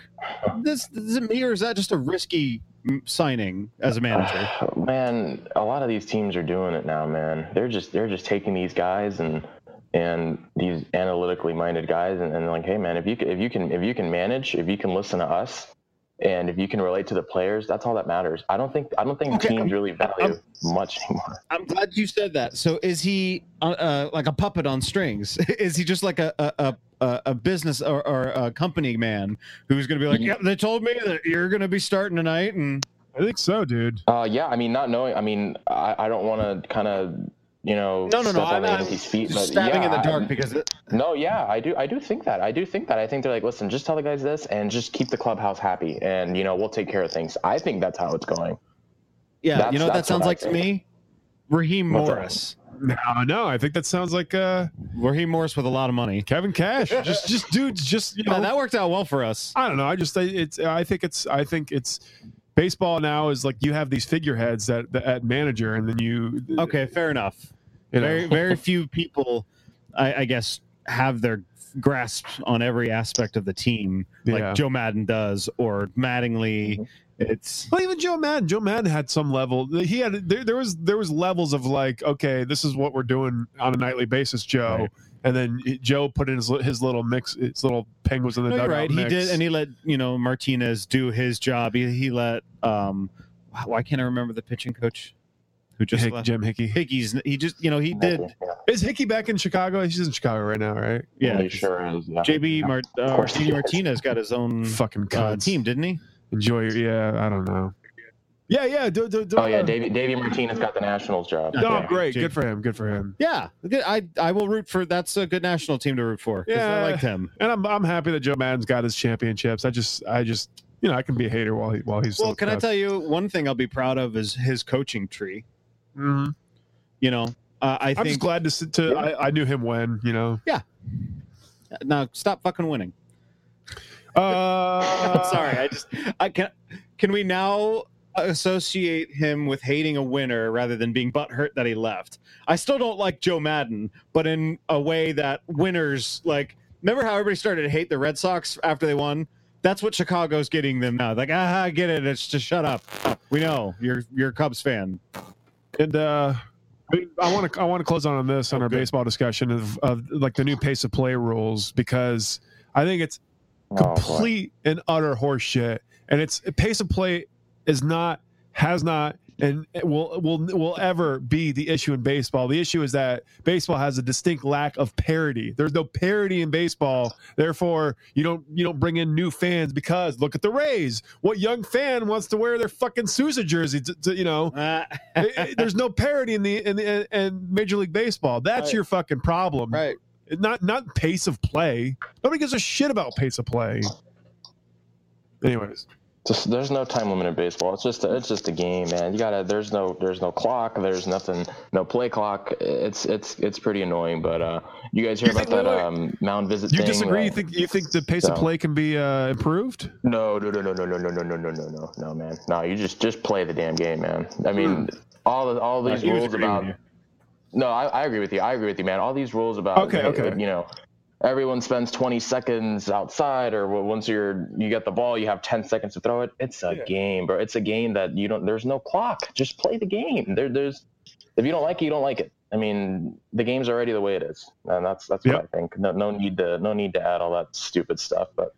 E: this is it me or is that just a risky mm, signing as a manager
F: Man, a lot of these teams are doing it now, man. They're just they're just taking these guys and and these analytically minded guys and, and like, hey man, if you c- if you can if you can manage, if you can listen to us and if you can relate to the players, that's all that matters. I don't think I don't think
E: Okay,
F: teams
E: I'm-
F: really value
E: I'm-
F: much anymore.
E: I'm glad you said that. So is he uh, uh, like a puppet on strings? Is he just like a a, a, a business or, or a company man who's going to be
F: Mm-hmm.
E: like, "Yep, they told me that you're going to be starting tonight," and
D: I think so, dude.
F: Uh yeah, I mean not knowing I mean I, I don't wanna kinda you know
E: No, no, no,
F: step
E: I'm-
F: on the
E: I'm
F: Yankees feet, but
E: just stabbing in the
F: yeah,
E: dark
F: I-
E: because it,
F: No, yeah, I do. I do think that. I do think that. I think they're like, listen, just tell the guys this, and just keep the clubhouse happy, and you know, we'll take care of things. I think that's how it's going.
E: yeah,
F: That's-
E: you know what that
F: that's what
E: sounds
F: I
E: like to
F: think.
E: me. Raheem
F: What's that?
E: Morris.
D: No, no, I think that sounds like uh,
E: Raheem Morris with a lot of money.
D: Kevin Cash. just just dudes, just you know,
E: Yeah, that worked out well for us.
D: I don't know. I just I- it's I think it's I think it's baseball now is like you have these figureheads that, that at manager, and then you
E: Okay, fair enough.
D: you know.
E: Very very few people, I, I guess, have their grasp on every aspect of the team
D: Yeah.
E: like Joe Madden does or Mattingly. It's
D: Well, even Joe Madden, Joe Madden had some level. He had there, there was there was levels of like, okay, this is what we're doing on a nightly basis, Joe.
E: Right.
D: And then it- Joe put in his, li- his little mix, his little penguins in the
E: No, you're
D: dugout.
E: right.
D: mix.
E: He did, and he let you know Martinez do his job. He, he let um, wow, why can't I remember the pitching coach who just
D: Hick-
E: left?
D: Jim Hickey.
E: Higgy's. He just you know he did.
F: Yeah,
D: Is Hickey back in Chicago? He's in Chicago right now, right?
E: Yeah,
F: he sure is. Yeah.
E: JB Mar- uh,
F: course he
E: JB
F: is.
E: Martinez got his own
D: Fucking
E: uh,
D: cunts.
E: team, didn't he?
D: Enjoy your yeah. I don't know. Yeah, yeah. Do, do, do,
F: oh yeah,
D: uh,
F: Davey, Davey Martinez got the Nationals job.
E: No,
D: No,
E: Yeah.
D: great.
E: Jake-
D: Good for him. Good for him.
E: Yeah, good. I I will root for. That's a good national team to root for. 'cause
D: Yeah.
E: I liked him.
D: And I'm I'm happy that Joe Madden's got his championships. I just I just you know I can be a hater while he while he's
E: Well, can I tell you one thing? I'll be proud of is his coaching tree.
D: hmm
E: You know, Uh, I
D: I'm
E: think
D: just glad to s- to I, I knew him when you know.
E: no, stop fucking winning.
D: Uh,
E: I'm sorry. I just I can. Can we now associate him with hating a winner rather than being butthurt that he left? I still don't like Joe Madden, but in a way that winners like. Remember how everybody started to hate the Red Sox after they won? That's what Chicago's getting them now. Like, ah, I get it. It's just shut up. We know you're you're a Cubs fan.
D: And uh, I- I want to I want to close on on this
E: Oh,
D: on our baseball discussion of, of like the new pace of play rules because I think it's
F: Oh, boy.
D: complete and utter horseshit. And it's pace of play is not has not and it will will will ever be the issue in baseball. The issue is that baseball has a distinct lack of parity. There's no parity in baseball. Therefore, you don't you don't bring in new fans because look at the Rays. What young fan wants to wear their fucking Sousa jersey? To, to, you know,
E: Ah.
D: It- it- there's no parity in the in the in Major League Baseball. That's
E: Right.
D: your fucking problem.
E: Right.
D: Not not pace of play. Nobody gives a shit about pace of play. Anyways,
F: Just, there's no time limit in baseball. It's just a, it's just a game, man. You gotta. There's no there's no clock. There's nothing. No play clock. It's it's it's pretty annoying. But uh, you guys hear
D: You think-
F: about that
D: wait, wait.
F: um mound visit
D: you
F: thing?
D: disagree? You
F: that-
D: think you think the pace of
F: No.
D: play can be uh, improved?
F: No, no, no, no, no, no, no, no, no, no, no, no, no, man. No, you just just play the damn game, man. I
D: Hmm.
F: mean, all the, all these
E: he was
F: rules
E: agreeing
F: about.
E: with
F: No, I, I agree with you. I agree with you, man. All these rules about.
D: Okay, okay.
F: You know, everyone spends 20 seconds outside, or w- once you're you get the ball, you have 10 seconds to throw it. It's a game, bro. It's a game that you don't. There's no clock. Just play the game. There, there's. If you don't like it, you don't like it. I mean, the game's already the way it is, and that's that's what
D: Yep.
F: I think. No, no need to no need to add all that stupid stuff, but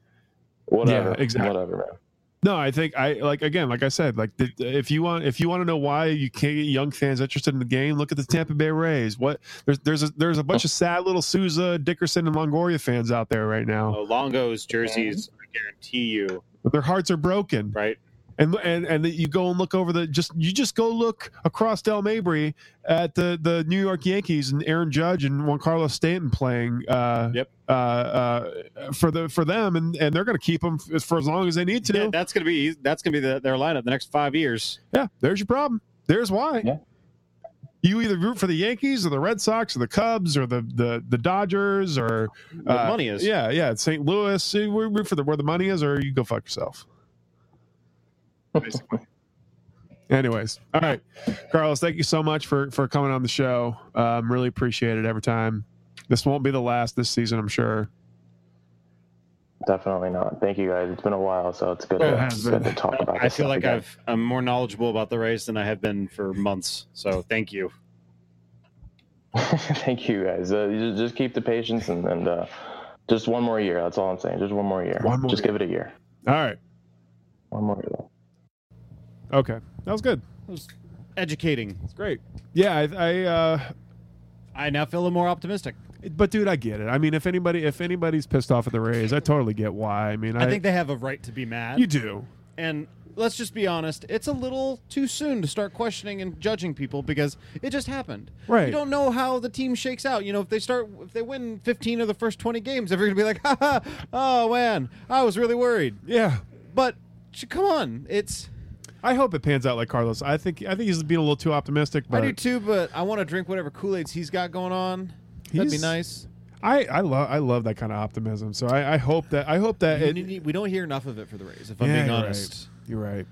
F: whatever,
D: exactly.
F: whatever, man.
D: No, I think I like again, like I said, like the, if you want if you want to know why you can't get young fans interested in the game, look at the Tampa Bay Rays. What there's there's a, there's a bunch of sad little Souza, Dickerson, and Longoria fans out there right now.
E: Oh, Longo's jerseys, I guarantee you,
D: Their hearts are broken.
E: right?
D: and and and that you go and look over the just you just go look across Del Mabry at the the New York Yankees and Aaron Judge and Juan Carlos Stanton playing uh
E: Yep.
D: uh, uh for the for them and and they're going to keep them f- for as long as they need to.
E: Yeah, that's gonna be that's gonna be the, their lineup the next five years.
D: Yeah, there's your problem. There's why.
F: Yeah.
D: You either root for the Yankees or the Red Sox or the Cubs or the the, the Dodgers or
E: Where the
D: Uh,
E: money is.
D: yeah, yeah, it's St. Louis. You root for the where the money is, or you go fuck yourself. Basically. Anyways, all right, Carlos, thank you so much for for coming on the show. Um, really appreciate it every time. This won't be the last this season, I'm sure.
F: Definitely not. Thank you guys. It's been a while, so it's good,
D: It
F: to,
D: has
F: good
D: been.
F: to talk about.
E: I
F: this
E: feel
F: stuff
E: like
F: again.
E: I've I'm more knowledgeable about the race than I have been for months. So thank you.
F: Thank you guys. Uh, you just, just keep the patience and, and uh, just one more year. That's all I'm saying. Just one more year.
D: One more
F: just
D: year.
F: give it a year.
D: All right,
F: One more year.
D: okay, that was good.
E: Educating.
D: It's great. Yeah, I, I uh,
E: I now feel a more optimistic.
D: but dude, I get it. I mean, if anybody if anybody's pissed off at the Rays, I totally get why. I mean, I,
E: I, think they have a right to be mad.
D: you do.
E: and let's just be honest, it's a little too soon to start questioning and judging people because it just happened.
D: Right.
E: You don't know how the team shakes out. You know, if they start if they win 15 of the first 20 games, everyone's going to be like, "Ha ha. Oh man, I was really worried."
D: Yeah,
E: But sh- come on, it's
D: I hope it pans out like Carlos. I think I think he's being a little too optimistic. But
E: I do too, but I want to drink whatever Kool Aids he's got going on. That'd be
D: He's-
E: nice.
D: I, I love I love that kind of optimism. So I, I hope that I hope that
E: You
D: it,
E: need- we don't hear enough of it for the Rays, if I'm
D: Yeah,
E: being
D: you're
E: honest.
D: right. You're right.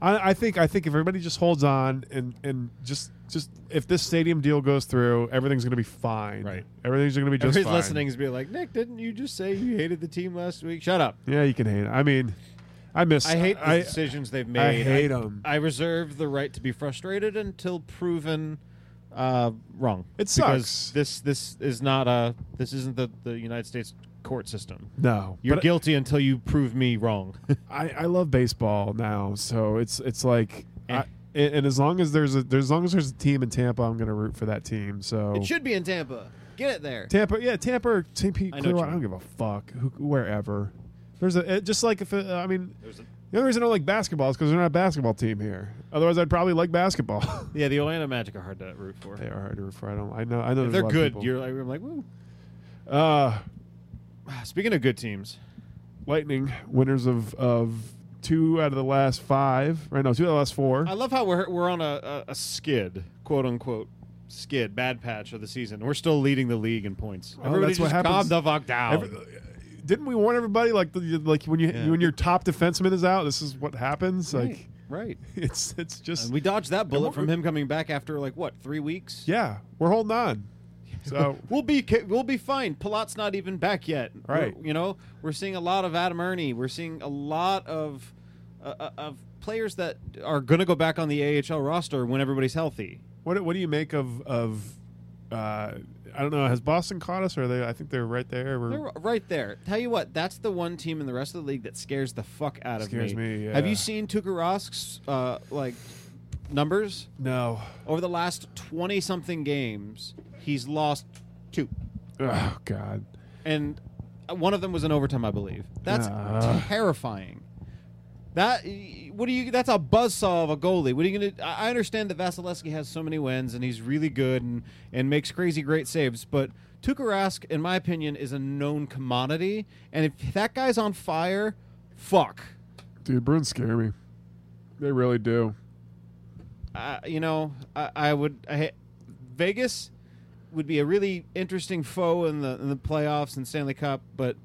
D: I, I think I think if everybody just holds on and and just just if this stadium deal goes through, everything's gonna be fine.
E: Right.
D: Everything's gonna be just
E: Everybody's
D: fine.
E: listening is being like, Nick, didn't you just say you hated the team last week? Shut up.
D: Yeah, you can hate. It. I mean, I miss.
E: I hate the
D: I,
E: decisions they've made.
D: I hate them.
E: I reserve the right to be frustrated until proven uh, wrong.
D: It
E: Because
D: sucks.
E: this this is not a this isn't the, the United States court system.
D: No,
E: You're
D: but
E: guilty until you prove me wrong.
D: I, I love baseball now, so it's it's like,
E: Eh.
D: I, and, and as long as there's a there's as long as there's a team in Tampa, I'm gonna root for that team. So
E: It should be in Tampa. Get it there.
D: Tampa, yeah, Tampa, or Tampa,
E: I know what you
D: Clearwater. I, don't
E: mean.
D: give a fuck who, wherever. There's a it, just like if it, I mean the only reason I don't like basketball is because they're not a basketball team here. Otherwise, I'd probably like basketball.
E: Yeah, the Orlando Magic are hard to root for.
D: they are hard to root for. I don't. I know. I know.
E: If
D: there's
E: they're
D: a lot of
E: good.
D: people.
E: You're like, I'm like, woo.
D: uh,
E: Speaking of good teams,
D: Lightning winners of of two out of the last five. Right now, two out of the last four.
E: I love how we're we're on a, a, a skid, quote unquote, skid, bad patch of the season. We're still leading the league in points.
D: Oh,
E: Everybody
D: that's what
E: just
D: happens.
E: calm the fuck down.
D: Every- uh, didn't we warn everybody like the, like when you
E: Yeah.
D: when your top defenseman is out, this is what happens. Like
E: right.
D: it's it's just
E: And we dodged that bullet
D: we're-
E: from him coming back after like what three weeks.
D: yeah, we're holding on. So
E: We'll be ca- we'll be fine. Palat's not even back yet.
D: Right.
E: We're- you know, we're seeing a lot of Adam Ernie. We're seeing a lot of uh, uh, of players that are going to go back on the AHL roster when everybody's healthy.
D: what what do you make of of uh, I don't know, has Boston caught us or are they I think they're right there. We're,
E: They're right there. Tell you what, that's the one team in the rest of the league that scares the fuck out of
D: Scares
E: me.
D: me, yeah.
E: Have you seen Tuukka Rask's uh, like numbers
D: no.
E: over the last twenty something games? He's lost two,
D: Oh god.
E: and uh, one of them was in overtime, I believe. That's
D: Ah.
E: terrifying. That what do you? That's a buzzsaw of a goalie. What are you gonna? I I understand that Vasilevsky has so many wins and he's really good and and makes crazy great saves, but Tuukka Rask, in my opinion, is a known commodity. And if that guy's on fire, fuck.
D: Dude, Bruins scare me. They really do.
E: I Uh, you know, I, I would. I, Vegas would be a really interesting foe in the in the playoffs and Stanley Cup, but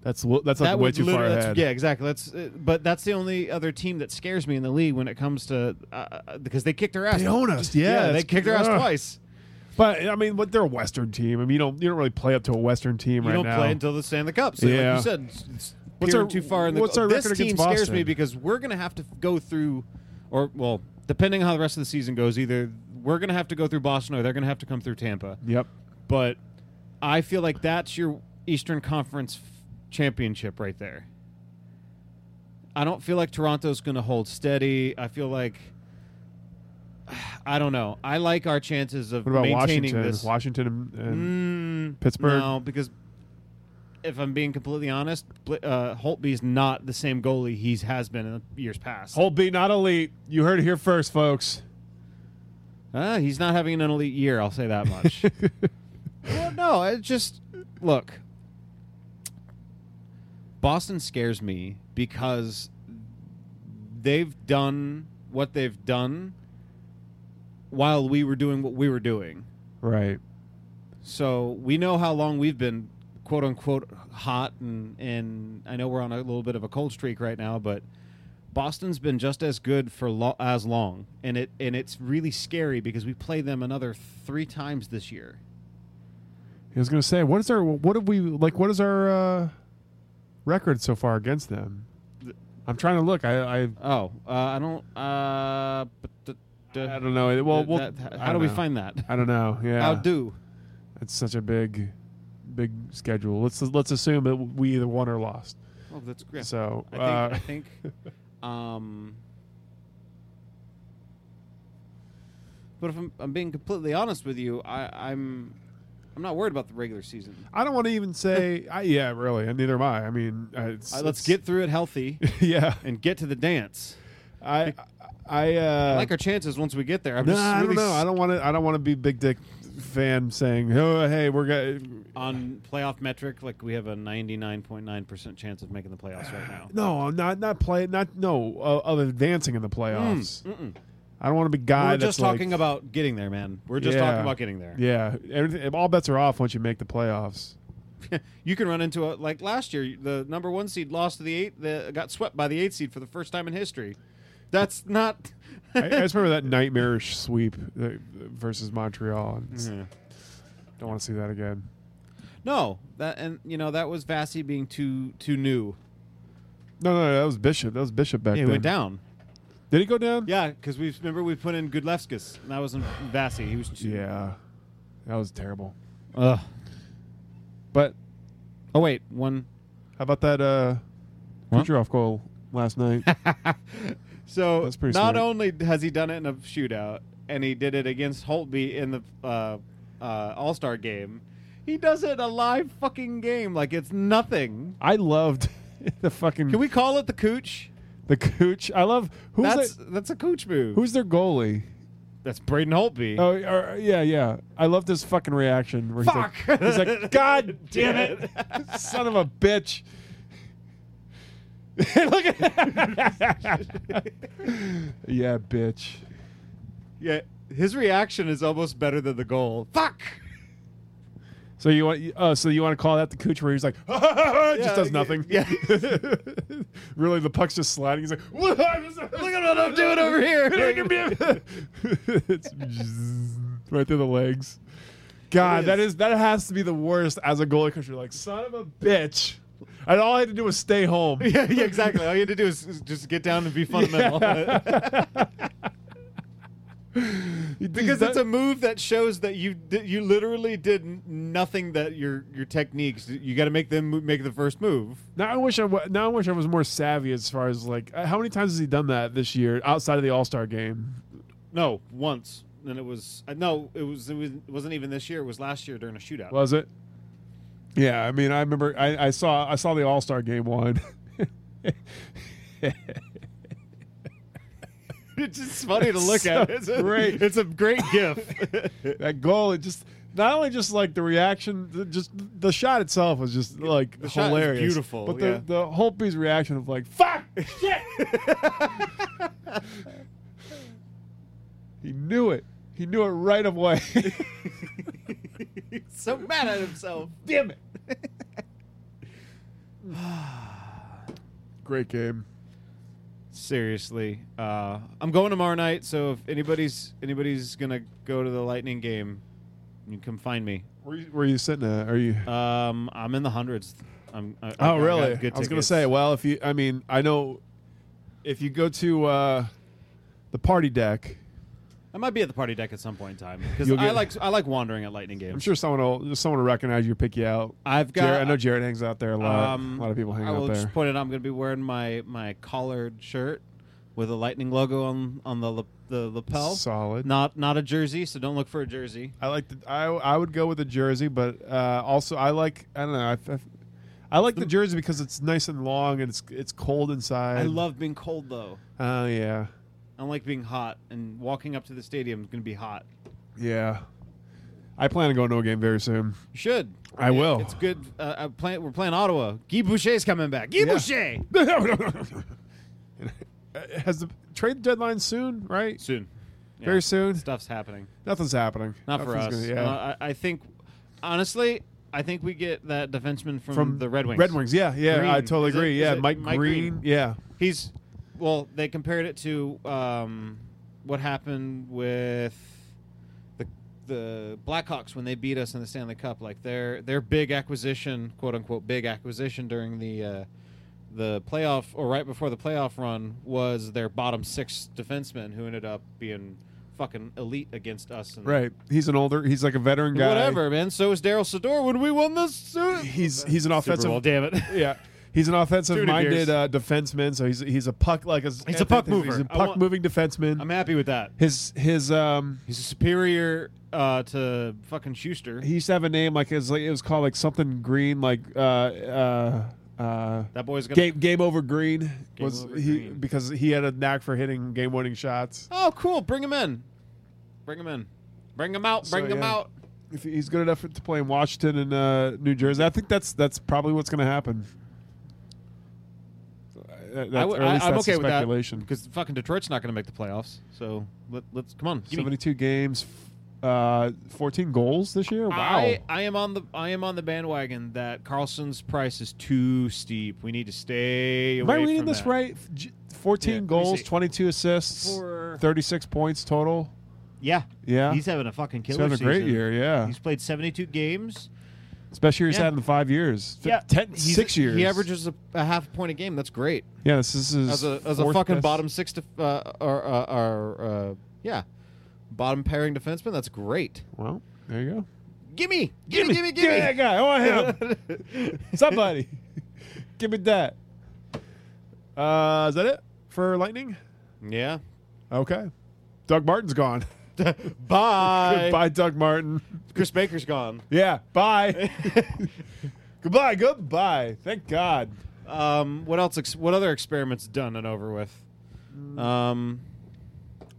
D: That's lo- that's like
E: that
D: way
E: would
D: too far
E: literally- that's-
D: ahead.
E: Yeah, exactly. That's uh, but that's the only other team that scares me in the league when it comes to uh, uh, because they kicked their ass.
D: They own us, yeah,
E: they
D: it's-
E: kicked their ass
D: ugh.
E: twice.
D: But I mean, what they're a Western team. I mean, you don't you don't really play up to a Western team
E: You
D: right
E: don't
D: now.
E: play until the Stanley Cup. So
D: Yeah.
E: like you said, it's- it's
D: What's
E: peering
D: our-
E: too far in the
D: what's our
E: this
D: record
E: team
D: against
E: scares me
D: Boston?
E: because we're gonna have to go through, or well, depending on how the rest of the season goes, either we're gonna have to go through Boston or they're gonna have to come through Tampa.
D: yep.
E: But I feel like that's your Eastern Conference f- championship right there. I don't feel like Toronto's going to hold steady. I feel like I don't know. I like our chances of
D: What about
E: maintaining
D: Washington?
E: this.
D: Washington and, and
E: Mm,
D: Pittsburgh?
E: No, because if I'm being completely honest, Bl- uh, Holtby's not the same goalie he's has been in the years past.
D: Holtby not elite. You heard it here first, folks.
E: Uh, he's not having an elite year. I'll say that much. well, no, it just look. Boston scares me because they've done what they've done while we were doing what we were doing.
D: Right.
E: So we know how long we've been quote unquote hot and and I know we're on a little bit of a cold streak right now, but Boston's been just as good for lo- as long and it and it's really scary because we play them another 3 times this year.
D: I was gonna say, what is our what have we like? What is our uh, record so far against them? I'm trying to look. I I,
E: Oh, uh, I don't uh but the, the,
D: I don't know. Well, we'll
E: that-
D: I
E: how do
D: don't
E: we
D: know.
E: find that?
D: I don't know. Yeah,
E: How do?
D: it's such a big big schedule. Let's let's assume that we either won or lost.
E: Oh, that's great.
D: So
E: I think,
D: uh,
E: I think um But if I'm, I'm being completely honest with you, I, I'm I'm not worried about the regular season.
D: I don't want to even say. I, yeah, really, and neither am I. I mean, uh, it's,
E: Uh, let's
D: it's-
E: get through it healthy
D: yeah.
E: and get to the dance.
D: I I uh,
E: I like our chances once we get there. I'm
D: no,
E: just
D: I don't
E: really
D: know. I
E: s-
D: don't want to. I don't want to be big dick fan saying, "Oh, hey, we're going."
E: on playoff metric, like we have a 99.9% chance of making the playoffs right now.
D: No, not not play. Not no uh, of advancing in the playoffs.
E: Mm-mm.
D: I don't want to be guy.
E: Mm. We're just
D: Ah, that's like-
E: talking about getting there, man. We're just
D: Yeah.
E: talking about getting there.
D: Yeah, everything, all bets are off once you make the playoffs.
E: you can run into a like last year the number one seed lost to the eight the, got swept by the eight seed for the first time in history that's not
D: I, I just remember that nightmarish sweep uh, versus Montreal. And it's- Don't want to see that again.
E: no that and you know that was Vasi being too too new
D: No, no, no, that was Bishop. That was Bishop back
E: yeah, he
D: then.
E: went down
D: Did he go down?
E: yeah because we remember we put in Gudlevskis and that wasn't Vasi he was too,
D: Yeah, that was terrible.
E: Ugh.
D: But
E: oh wait one
D: how about that uh,
E: What?
D: Kucherov goal last night?
E: so
D: That's pretty
E: not
D: smart.
E: only has he done it in a shootout and he did it against Holtby in the uh, uh, All Star game he does it in a live fucking game like it's nothing.
D: I loved the fucking
E: Can we call it the cooch?
D: the cooch. I love who's
E: that's
D: their-
E: that's a cooch move.
D: who's their goalie.
E: that's Braden Holtby?
D: Oh or, yeah, yeah. I love this fucking reaction. Where He's like,
E: Fuck.
D: he's like God damn it, son of a bitch. Look at yeah, bitch.
E: Yeah, His reaction is almost better than the goal. Fuck.
D: So you want? Uh, so you want to call that the cooch where he's like, just
E: Yeah,
D: does nothing.
E: yeah.
D: really, the puck's just sliding. He's like, look at
E: what I'm doing over here.
D: it's right through the legs. God,
E: It
D: that
E: is.
D: is that has to be the worst as a goalie because you're like, son of a bitch. And all I had to do was stay home.
E: yeah, yeah, exactly. All you had to do is, is just get down and be fundamental. because it's a move that shows that you di- you literally did nothing that your your techniques. You got to make them mo- make the first move.
D: Now I wish I wa- now I wish I was more savvy as far as like uh, how many times has he done that this year outside of the All Star game?
E: No, once. And it was uh, no, it was it was it wasn't even this year. It was last year during a shootout.
D: Was it? Yeah, I mean I remember I, I saw I saw the All Star game one.
E: it's just funny to
D: It's
E: look
D: so
E: at. It's a,
D: great.
E: It's a great gif.
D: that goal it just not only just like the reaction the- just the shot itself was just like
E: the shot is
D: hilarious
E: beautiful,
D: but the,
E: yeah.
D: the whole piece reaction of like fuck shit he knew it he knew it right away
E: He's so mad at himself.
D: damn it great game
E: Seriously, uh, I'm going tomorrow night. So if anybody's anybody's gonna go to the Lightning game, you can come find me.
D: where you, where you sitting at are you
E: Um, I'm in the hundreds. I'm, I, I- I
D: Oh,
E: got
D: really?
E: good
D: I was going to
E: tickets.
D: say, well, if you, I mean, I know if you go to uh, the party deck,
E: I might be at the party deck at some point in time because
D: You'll
E: I
D: get-
E: like I like wandering at Lightning games.
D: I'm sure someone will someone will recognize you, pick you out.
E: I've got. um,
D: Jared, I know Jared hangs out there a lot. a lot of people hang
E: I
D: out
E: will
D: there.
E: just point it out. I'm going to be wearing my my collared shirt with a lightning logo on on the lap- the lapel.
D: Solid.
E: Not not a jersey, so don't look for a jersey.
D: I like the, I I would go with the jersey, but uh, also I like I don't know I, I, I like the jersey because it's nice and long and it's it's cold inside.
E: I love being cold though.
D: Oh yeah,
E: I don't like being hot, and walking up to the stadium is going to be hot.
D: yeah. I plan on going to a game very soon.
E: You should.
D: I will.
E: It's good. Uh, I play, we're playing Ottawa. Guy Boucher's coming back. Guy
D: Yeah.
E: Boucher
D: Has the trade deadline soon? Right,
E: soon. Yeah.
D: very soon.
E: Stuff's happening.
D: Nothing's happening.
E: Not for us.
D: Nothing's gonna- yeah.
E: Uh, I, I think, honestly, I think we get that defenseman from,
D: From
E: the Red Wings.
D: Red Wings, yeah, yeah, I
E: Green.
D: totally
E: Is it-
D: agree.
E: is
D: yeah,
E: it
D: Mike,
E: Mike
D: Green,
E: Green?
D: yeah,
E: He's well. They compared it to um, what happened with the the Blackhawks when they beat us in the Stanley Cup. Like their their big acquisition, quote unquote, big acquisition during the uh, the playoff or right before the playoff run was their bottom six defenseman who ended up being fucking elite against us. And
D: right. He's an older. He's like a veteran guy.
E: Whatever, man. So is Daryl Sador when we won this suit.
D: He's he's an offensive.
E: damn it.
D: Yeah. He's an
E: Too
D: offensive
E: many
D: minded
E: beers.
D: uh, defenseman, so he's he's a puck like a,
E: He's a puck mover.
D: He's a
E: I
D: puck
E: want-
D: moving defenseman.
E: I'm happy with that.
D: his his um
E: He's superior uh, to fucking Schuster.
D: he used to have a name like it was, like, it was called like something green like uh uh uh
E: That boy's gonna.
D: game game over green was
E: Over
D: he
E: Green.
D: because he had a knack for hitting game winning shots.
E: Oh, cool! Bring him in. Bring him in. Bring him out.
D: So,
E: Bring him
D: yeah.
E: out.
D: If he- he's good enough to play in Washington and uh, New Jersey, I think that's that's probably what's going to happen. Uh, That's,
E: I w-
D: or at
E: I-
D: least
E: I'm
D: that's the
E: okay with that
D: speculation.
E: because fucking Detroit's not gonna make the playoffs. So let, let's come on. Give me-
D: 72 games, uh, 14 goals this year. Wow.
E: I, I am on the I am on the bandwagon that Carlson's price is too steep. We need to stay
D: Am
E: away.
D: I reading
E: from
D: this
E: that.
D: right? J- 14
E: Yeah, let me
D: goals,
E: see.
D: 22 assists,
E: For-
D: 36 points total.
E: Yeah.
D: Yeah.
E: He's having a fucking
D: He's
E: killer.
D: having a great
E: season.
D: year, yeah.
E: He's played 72 games.
D: It's best year he's
E: Yeah.
D: had in five years. Fi-
E: Yeah.
D: ten-
E: He's-
D: six years.
E: He averages a, a half point a game. That's great.
D: Yeah, this, this is
E: as a as a
D: fourth
E: fucking
D: best.
E: bottom six to uh, or, uh, or uh, yeah, bottom pairing defenseman. That's great.
D: Well, there you go.
E: Gimme, gimme, gimme, gimme.
D: that guy. I want him. Somebody. give me that. Uh, is that it for Lightning?
E: yeah.
D: Okay. Doug Martin's gone.
E: Bye.
D: Goodbye, Doug Martin.
E: Chris Baker's gone.
D: Yeah. Bye. goodbye. Goodbye. Thank God.
E: Um, what else? Ex- what other experiments done and over with? Um,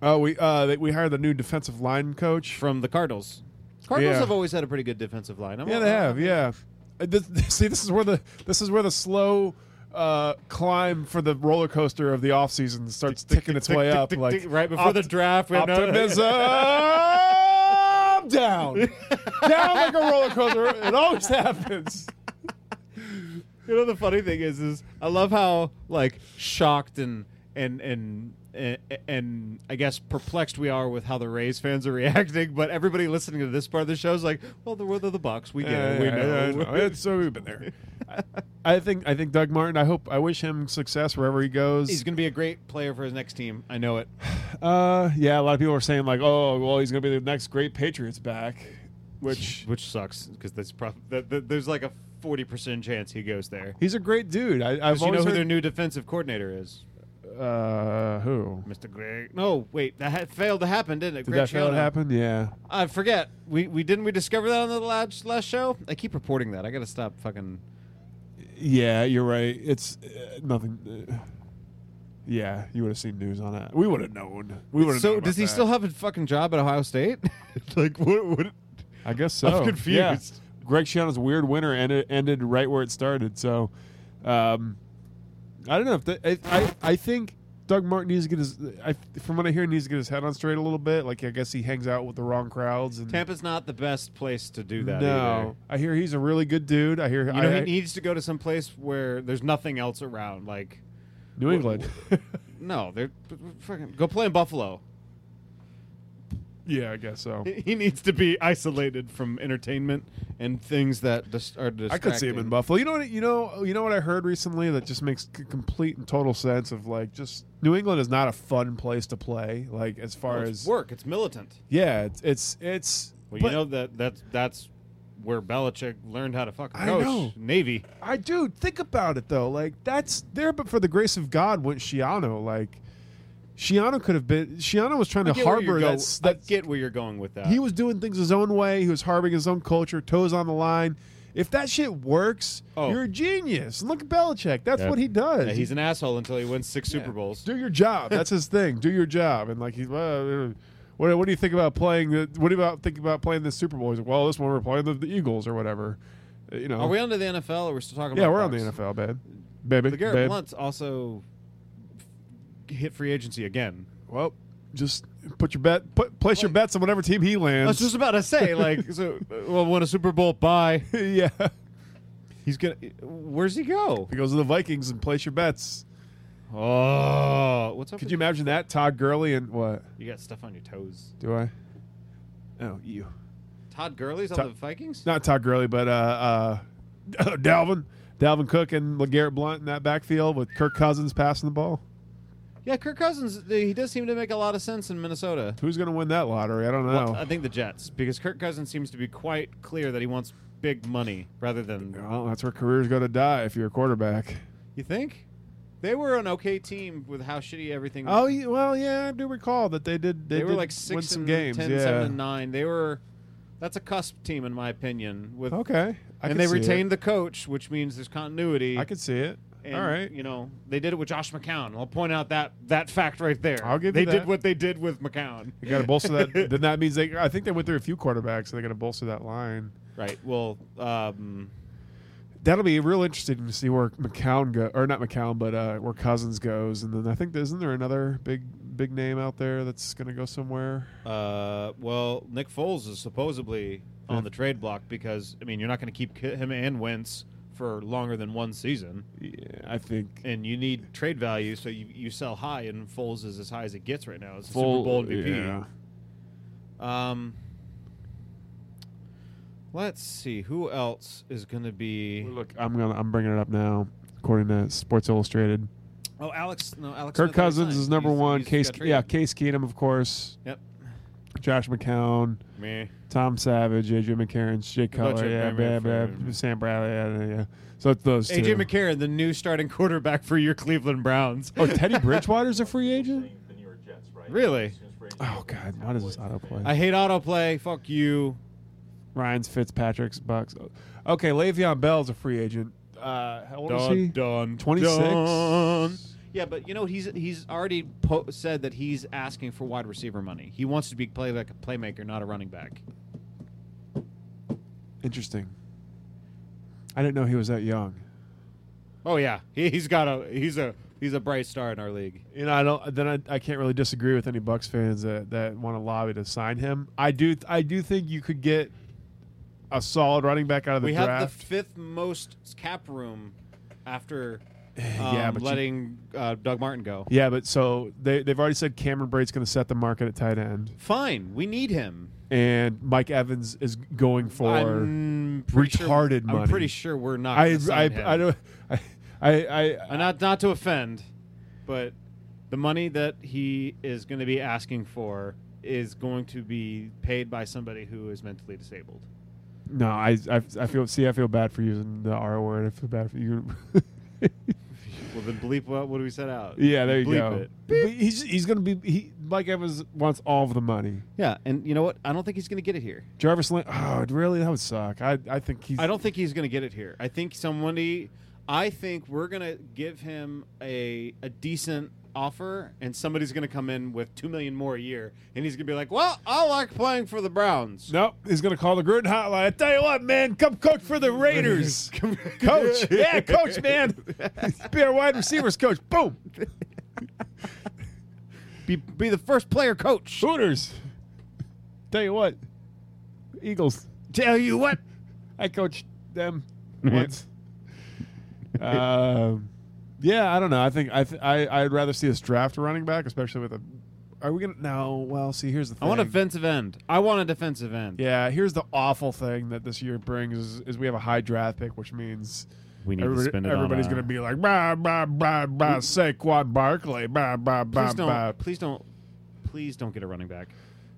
D: Oh, we uh they- we hired the new defensive line coach.
E: from the Cardinals. Cardinals
D: Yeah.
E: have always had a pretty good defensive line. I'm
D: Yeah,
E: all-
D: they have. Yeah. Uh, This, see, this is where the this is where the slow uh, climb for the roller coaster of the offseason starts ticking its way up. Like
E: right before the
D: opt-
E: draft, we have another-
D: optimism down, down like a roller coaster. It always happens.
E: You know the funny thing is, is I love how like shocked and and and and, and I guess perplexed we are with how the Rays fans are reacting. But everybody listening to this part of the show is like, "Well, the weather the Bucks, we get it, we
D: Yeah,
E: know."
D: yeah, I know. It's- so we've been there. I, I think I think Doug Martin. I hope I wish him success wherever he goes.
E: He's going to be a great player for his next team. I know it.
D: Uh, yeah, a lot of people are saying like, oh, well, he's gonna be the next great Patriots back, which
E: which sucks because that's prob- that, that, there's like a forty percent chance he goes there.
D: he's a great dude. I, I've
E: Because you know
D: always
E: who their
D: heard,
E: new defensive coordinator is,
D: uh, who
E: Mr. Greg. No, wait, that ha- failed to happen, didn't it?
D: did
E: Greg
D: that fail to
E: Schiano.
D: happen? Yeah,
E: I forget. We we didn't we discover that on the last last show. I keep reporting that. I gotta stop fucking.
D: yeah, you're right. It's uh, nothing. uh, yeah, you would have seen news on it. We would have known. We would have.
E: So does he still have a fucking job at Ohio State? like what? what
D: I guess so.
E: I'm confused.
D: Yeah. Greg Schiano's weird winter ended, ended right where it started. So, um, I don't know if that, I, I I think Doug Martin needs to get his I, from what I hear he needs to get his head on straight a little bit. Like I guess he hangs out with the wrong crowds and
E: Tampa's not the best place to do that.
D: no, I hear he's a really good dude. I hear
E: either. you know
D: I-
E: he needs to go to some place where there's nothing else around. Like
D: New England.
E: no, they're fucking go play in Buffalo.
D: yeah, I guess so.
E: He needs to be isolated from entertainment and things that dis- are distracting.
D: I could see him in Buffalo. You know what? You know. You know what I heard recently that just makes c- complete and total sense. Of like, just New England is not a fun place to play. Like as far
E: Well, it's
D: as
E: work. It's militant.
D: yeah, it's it's, it's
E: Well,
D: but-
E: you know that that's that's where Belichick learned how to fuck
D: I
E: coach
D: know.
E: Navy.
D: I do think about it though. Like that's there, but for the grace of God, went Shiano. Like Shiano could have been. Shiano was trying to harbor that. s-
E: I
D: that
E: get where you're going with that.
D: he was doing things his own way. He was harboring his own culture, toes on the line. If that shit works,
E: Oh.
D: you're a genius. And look at Belichick. That's
E: Yeah.
D: what he does.
E: Yeah, he's an asshole until he wins six Super Bowls.
D: do your job. That's his thing. Do your job. And like he's. Uh, what, what do you think about playing? The, what do you about think about playing the Super Bowl? He's like, well, this one we're playing the, the Eagles or whatever. Uh, You know.
E: Are we on to the NFL or we're still talking
D: yeah,
E: about
D: we're on the
E: Bucks?
D: NFL, babe. Baby,
E: The Garrett
D: babe.
E: Blunt's also hit free agency again.
D: Well, just put your bet, put place your bets on whatever team he
E: I
D: lands.
E: was just about to say, like, so, uh, well, won a Super Bowl. Bye.
D: yeah,
E: He's gonna. Where's he go?
D: he goes to the Vikings and place your bets.
E: Oh, what's up?
D: Could
E: with
D: you imagine that Todd Gurley and what
E: You got stuff on your toes.
D: do I? Oh, you
E: Todd Gurley's
D: Todd-
E: on the Vikings.
D: not Todd Gurley, but uh, uh, Dalvin, Dalvin Cook and Garrett Blunt in that backfield with Kirk Cousins passing the ball.
E: Yeah, Kirk Cousins. He does seem to make a lot of sense in Minnesota.
D: Who's going to win that lottery? I don't know.
E: Well, I think the Jets, because Kirk Cousins seems to be quite clear that he wants big money rather than.
D: well, that's where careers go to die if you're a quarterback.
E: You think? They were an okay team with how shitty everything.
D: Oh, yeah, well, yeah, I do recall that they did. They,
E: they, were
D: did
E: like
D: win
E: six
D: some
E: and
D: games.
E: 10,
D: yeah.
E: seven and nine. They were. That's a cusp team, in my opinion. With
D: Okay, I can
E: and they
D: see it.
E: retained the coach, which means there's continuity.
D: I could see it.
E: And,
D: All right.
E: You know, they did it with Josh McCown. I'll point out that that fact right there.
D: I'll give
E: they
D: you that.
E: did what they did with McCown.
D: You got to bolster that. then that means they. I think they went through a few quarterbacks, so they got to bolster that line.
E: Right. Well, um,
D: That'll be real interesting to see where McCown go, or not McCown, but uh, where Cousins goes. And then I think isn't there another big big name out there that's going to go somewhere?
E: uh, well, Nick Foles is supposedly on the trade block because I mean, you're not going to keep ki- him and Wentz for longer than one season,
D: Yeah, I think.
E: and you need trade value, so you, you sell high, and Foles is as high as it gets right now. It's a Super Bowl MVP. Um, let's see who else is going to be.
D: Look, I'm gonna I'm bringing it up now. According to Sports Illustrated,
E: Oh, Alex. No, Alex. Smith
D: Kirk
E: already
D: Cousins
E: signed.
D: is number
E: He's-
D: one.
E: he's
D: Case
E: got traded.
D: yeah, Case Keenum of course.
E: Yep.
D: Josh McCown,
E: Me.
D: Tom Savage, AJ McCarron, Jay
E: bunch
D: Cutler,
E: of
D: yeah,
E: very,
D: blah,
E: very
D: blah,
E: famous.
D: Sam Bradley, yeah, yeah, yeah. So it's those two.
E: AJ McCarron, the new starting quarterback for your Cleveland Browns.
D: Oh, Teddy Bridgewater's a free agent?
E: Really?
D: Oh, God. Why does this autoplay?
E: I hate autoplay. Fuck you.
D: Ryan's Fitzpatrick's Bucks. Okay, Le'Veon Bell's a free agent. Uh, how old is he?
E: done.
D: 26?
E: Yeah, but you know he's he's already po- said that he's asking for wide receiver money. He wants to be play like a playmaker, not a running back.
D: Interesting. I didn't know he was that young.
E: Oh yeah, he, he's got a he's a he's a bright star in our league.
D: You know, I don't. Then I, I can't really disagree with any Bucks fans that, that want to lobby to sign him. I do. I do think you could get a solid running back out of the
E: we
D: draft.
E: have the fifth most cap room after um,
D: Yeah, but you-
E: letting uh, Doug Martin go.
D: yeah, but so they they've already said Cameron Braid's going to set the market at tight end,
E: Fine, we need him.
D: and Mike Evans is going for.
E: I'm pretty sure,
D: retarded money.
E: I'm pretty sure we're not.
D: I
E: gonna
D: I,
E: sign him.
D: I don't. I I, I
E: Uh, not not to offend, but the money that he is going to be asking for is going to be paid by somebody who is mentally disabled.
D: no. I, I I feel. See, I feel bad for using the R word. I feel bad for you.
E: Well, then bleep what what we set out.
D: yeah, there you
E: Bleep
D: go.
E: it.
D: But he's he's going to be. He Mike Evans wants all of the money.
E: Yeah, and you know what? I don't think he's going to get it here.
D: Jarvis Lynn. Oh, really? That would suck. I I think he's.
E: I don't think he's going to get it here. I think somebody. I think we're going to give him a a decent offer, and somebody's going to come in with two million more a year, and he's going to be like, "Well, I like playing for the Browns."
D: Nope, he's gonna call the Gruden hotline. I tell you what, man, come coach for the Raiders, coach. Yeah, coach, man. Be our wide receivers coach. Boom,
E: Be be the first player coach.
D: Hooters. Tell you what, Eagles.
E: Tell you what.
D: I coached them once. um, yeah, I don't know. I think I th- I I'd rather see us draft a running back, especially with a. Are we gonna? No. Well, see, here's the
E: I
D: thing.
E: want a defensive end. I want a defensive end.
D: Yeah, here's the awful thing that this year brings is, is we have a high draft pick, which means
H: We need to
D: everybody-
H: spend it
D: everybody's
H: on
D: going to be like, bah, bah, bah, bah, Saquon Barkley, bah, bah, bah,
E: Please don't.
D: bah.
E: Please don't. Please don't get a running back.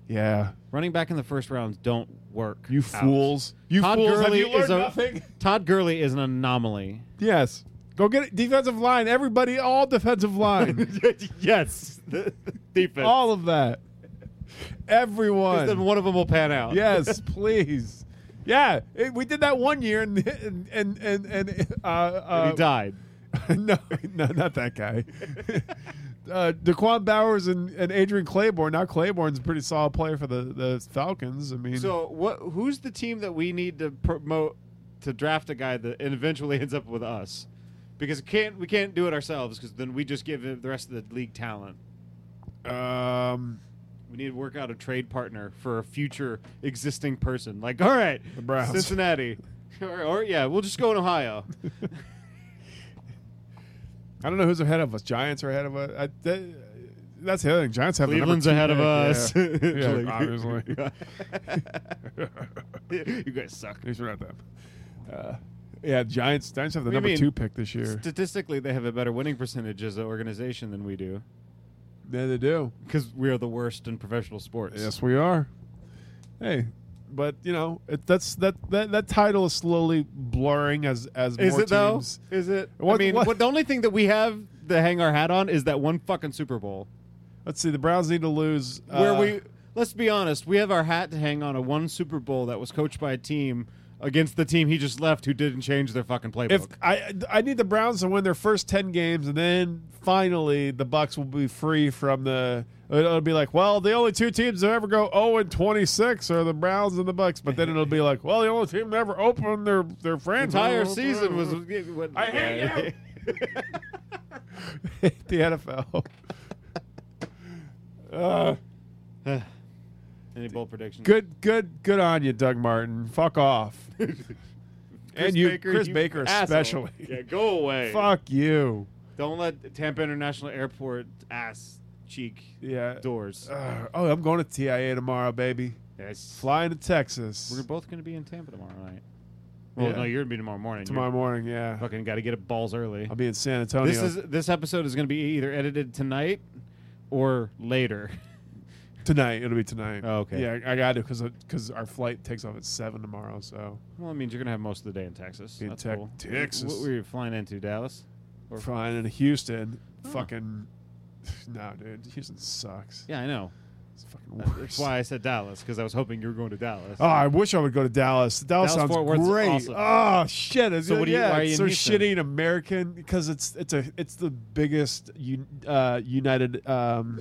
D: Yeah,
E: Running back in the first round don't work.
D: you
E: out.
D: fools. You
E: Todd
D: fools.
E: Gurley
D: have you learned
E: is a-
D: nothing?
E: Todd Gurley is an anomaly.
D: Yes. Go get it. Defensive line. Everybody, all defensive line.
E: yes, defense.
D: all of that.
E: then
D: Everyone.
E: one of them will pan out.
D: Yes, please. Yeah, it, we did that one year, and and and and, and uh, uh,
E: And he died.
D: no, no, not that guy. uh, Daquan Bowers and, and Adrian Claiborne. Now Claiborne's a pretty solid player for the, the Falcons. I mean,
E: So what? Who's the team that we need to promote to draft a guy that and eventually ends up with us? Because we can't we can't do it ourselves? Because then we just give the rest of the league talent.
D: um,
E: We need to work out a trade partner for a future existing person. Like, all right,
D: The Browns.
E: Cincinnati, or, or yeah, we'll just go in Ohio.
D: I don't know who's ahead of us. Giants are ahead of us. I, that, that's the other thing. Giants have the number
E: Cleveland's
D: two
E: ahead of
D: pick.
E: us.
D: Yeah, Yeah, obviously.
E: you guys suck.
D: At least we're not them. Uh, yeah, Giants. Giants have the
E: What do you
D: number
E: mean?
D: two pick this year.
E: Statistically, they have a better winning percentage as an organization than we do
D: yeah, they do.
E: because we are the worst in professional sports.
D: Yes, we are. Hey, but you know it, that's that, that that title is slowly blurring as as
E: Is
D: more
E: it though?
D: teams.
E: Is it? I
D: What-
E: mean,
D: what-
E: what- the only thing that we have to hang our hat on is that one fucking Super Bowl
D: Let's see. The Browns need to lose.
E: where
D: uh,
E: we. Let's be honest. We have our hat to hang on a one Super Bowl that was coached by a team against the team he just left, who didn't change their fucking playbook.
D: if I I need the Browns to win their first ten games, and then finally the Bucks will be free from the. It'll be like, well, the only two teams that ever go zero and twenty six are the Browns and the Bucks. But then it'll be like, well, the only team that ever opened their their franchise
E: entire season was.
D: I hate the NFL. Uh,
E: Any bold predictions?
D: good, good, good on you, Doug Martin. Fuck off. and you, Chris
E: you
D: Baker,
E: asshole.
D: especially.
E: Yeah, go away.
D: Fuck you.
E: Don't let Tampa International Airport ass cheek
D: Yeah.
E: doors.
D: Uh, oh, I'm going to TIA tomorrow, baby.
E: Yes.
D: Flying to Texas
E: We're both going to be in Tampa tomorrow night. Well,
D: Yeah.
E: no, you're going to be tomorrow morning.
D: tomorrow morning. Yeah,
E: You're fucking got to get up balls early.
D: I'll be in San Antonio.
E: This is this episode is going to be either edited tonight or later.
D: tonight. It'll be tonight.
E: Oh, okay.
D: Yeah, I got to because because our flight takes off at seven tomorrow. So
E: Well, it means you're going to have most of the day in Texas.
D: In
E: That's
D: Tex-
E: cool.
D: Texas.
E: What were you flying into Dallas?
D: we're flying into Houston. Fucking no, dude. Houston sucks.
E: Yeah, I know.
D: It's fucking worse.
E: That's why I said Dallas because I was hoping you were going to Dallas.
D: Oh, I wish I would go to Dallas. Dallas,
E: Dallas,
D: sounds
E: Fort Worth is
D: great.
E: awesome.
D: Oh shit! Is
E: So
D: it-
E: what do you-
D: yeah,
E: why are you in
D: it's so
E: Houston?
D: shitty and American because it's it's a it's the biggest un, uh, United um,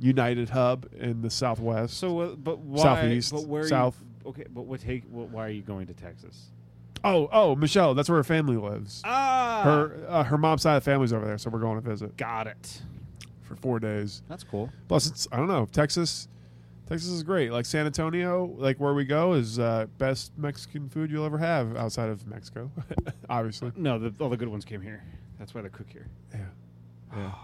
D: United hub in the Southwest.
E: So, uh, but why?
D: Southeast,
E: but where are you-
D: south.
E: okay, but what take? What, why are you going to Texas?
D: Oh, oh, Michelle, that's where her family lives.
E: Ah,
D: her uh, her mom's side of the family's over there, so we're going to visit
E: got it.
D: for four days.
E: That's cool.
D: Plus, it's I don't know Texas. Texas is great. Like San Antonio, like where we go is uh, best Mexican food you'll ever have outside of Mexico, obviously.
E: No, the, all the good ones came here. That's why they cook here.
D: Yeah.
E: Oh,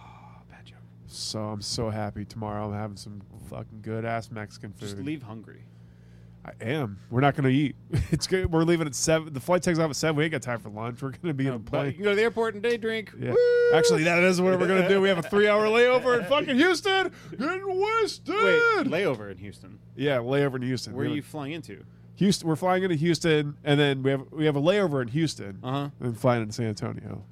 E: bad joke.
D: So I'm so happy tomorrow. I'm having some fucking good ass Mexican food.
E: Just leave hungry.
D: I am. We're not going to eat. It's good. We're leaving at seven. The flight takes off at seven. We ain't got time for lunch. We're going to be in a
E: But you
D: plane.
E: can go to the airport and day drink.
D: Yeah. Actually, that is what we're going to do. We have a three-hour layover in fucking Houston, getting wasted.
E: Wait, layover in Houston.
D: yeah, layover in Houston.
E: Where are
D: We're
E: you
D: like,
E: flying into?
D: Houston. We're flying into Houston, and then we have we have a layover in Houston,
E: Uh huh.
D: and flying into San Antonio.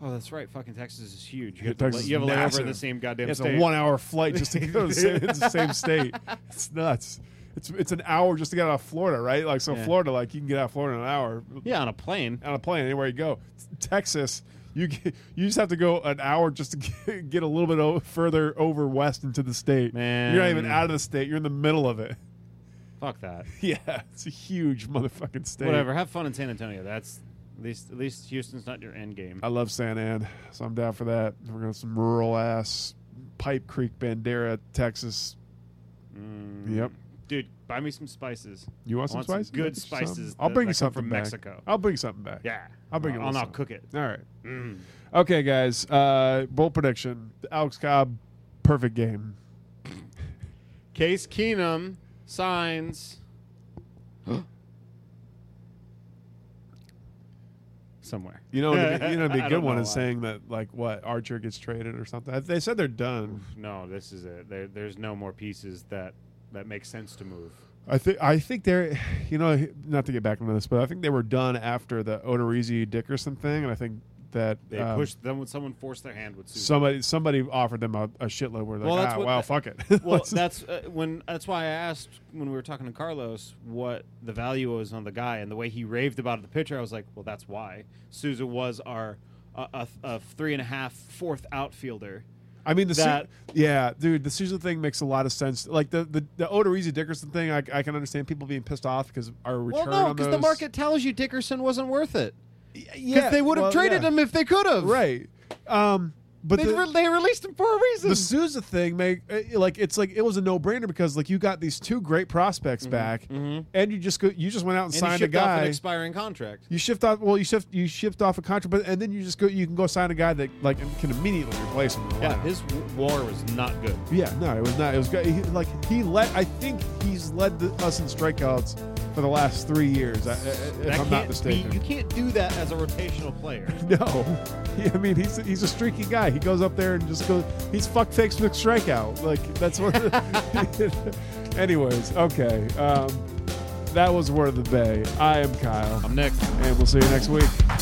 E: Oh, that's right. Fucking Texas is huge. You
D: Yeah,
E: have, to
D: Texas
E: la-
D: is
E: you have a layover in
D: massive.
E: the same goddamn
D: It's
E: state.
D: a one-hour flight just to go to the same, it's the same state. It's nuts. It's it's an hour just to get out of Florida, right? Like so,
E: Yeah.
D: Florida, like you can get out of Florida in an hour.
E: yeah, on a plane.
D: on a plane anywhere you go. Texas, you get, you just have to go an hour just to get, get a little bit o- further over west into the state.
E: Man.
D: You're not even out of the state. You're in the middle of it.
E: Fuck that.
D: Yeah, it's a huge motherfucking state.
E: Whatever. Have fun in San Antonio. That's at least at least Houston's not your end game.
D: I love San Ann, so I'm down for that. We're going to some rural ass Pipe Creek, Bandera, Texas.
E: Mm.
D: Yep.
E: Dude, buy me some spices.
D: You want some
E: want some
D: spices?
E: good
D: Some-
E: spices
D: I'll
E: that-
D: bring
E: that come
D: you something
E: from
D: back.
E: Mexico.
D: I'll bring something back.
E: Yeah.
D: I'll bring it.
E: I'll
D: with
E: now
D: some. Mm.
E: cook it.
D: All right. Okay, guys. Uh, bold prediction: Alex Cobb, perfect game.
E: Case Keenum signs. Somewhere.
D: You know, what'd be- you know, what'd be
E: I
D: a good
E: don't
D: one
E: know
D: is
E: why.
D: saying that like what Archer gets traded or something. They said they're done.
E: No, this is it. There, there's no more pieces that that make sense to move.
D: I think I think they're, you know, not to get back into this, but I think they were done after the Odorizzi Dickerson thing, and I think that
E: They
D: um,
E: pushed them when someone forced their hand with Susan.
D: somebody somebody offered them a, a shitload. Where they're
E: Well,
D: like,
E: that's
D: ah,
E: what-
D: wow, fuck it.
E: well,
D: Let's-
E: that's uh, when. That's why I asked when we were talking to Carlos what the value was on the guy, and the way he raved about the pitcher, I was like, "Well, that's why Souza was our uh, a, a three and a half fourth outfielder."
D: I mean the Su-
E: that-
D: yeah, dude, the Susan thing makes a lot of sense. Like the the, the Odorizzi Dickerson thing, I, I can understand people being pissed off because our return.
E: well, no,
D: on
E: because the
D: those-
E: market tells you Dickerson wasn't worth it. Because
D: yeah,
E: they would have
D: well,
E: traded
D: yeah.
E: him if they could have.
D: right. Um, but
E: They,
D: the-
E: re- they released him for a reason.
D: the Souza thing make uh, like it's like it was a no brainer because like you got these two great prospects back, and you just go you just went out and,
E: Mm-hmm, and he
D: signed a
E: shipped off an
D: guy.
E: expiring contract.
D: you shift off well you shift you shift off a contract, but and then you just go you can go sign a guy that like can immediately replace him. in the
E: Yeah,
D: lineup.
E: his w- war was not good.
D: yeah, no, it was not. It was good. He, like he led. I think he's led the, us in strikeouts for the last three years. I, I,
E: That
D: if I'm
E: can't
D: not
E: be-
D: mistaken.
E: you can't do that as a rotational player.
D: No. I mean, he's he's a streaky guy. He goes up there and just goes. He's fuck fakes with strikeout. Like that's what. Anyways, okay. Um, that was word of the bay. I am Kyle,
E: I'm Nick.
D: and we'll see you next week.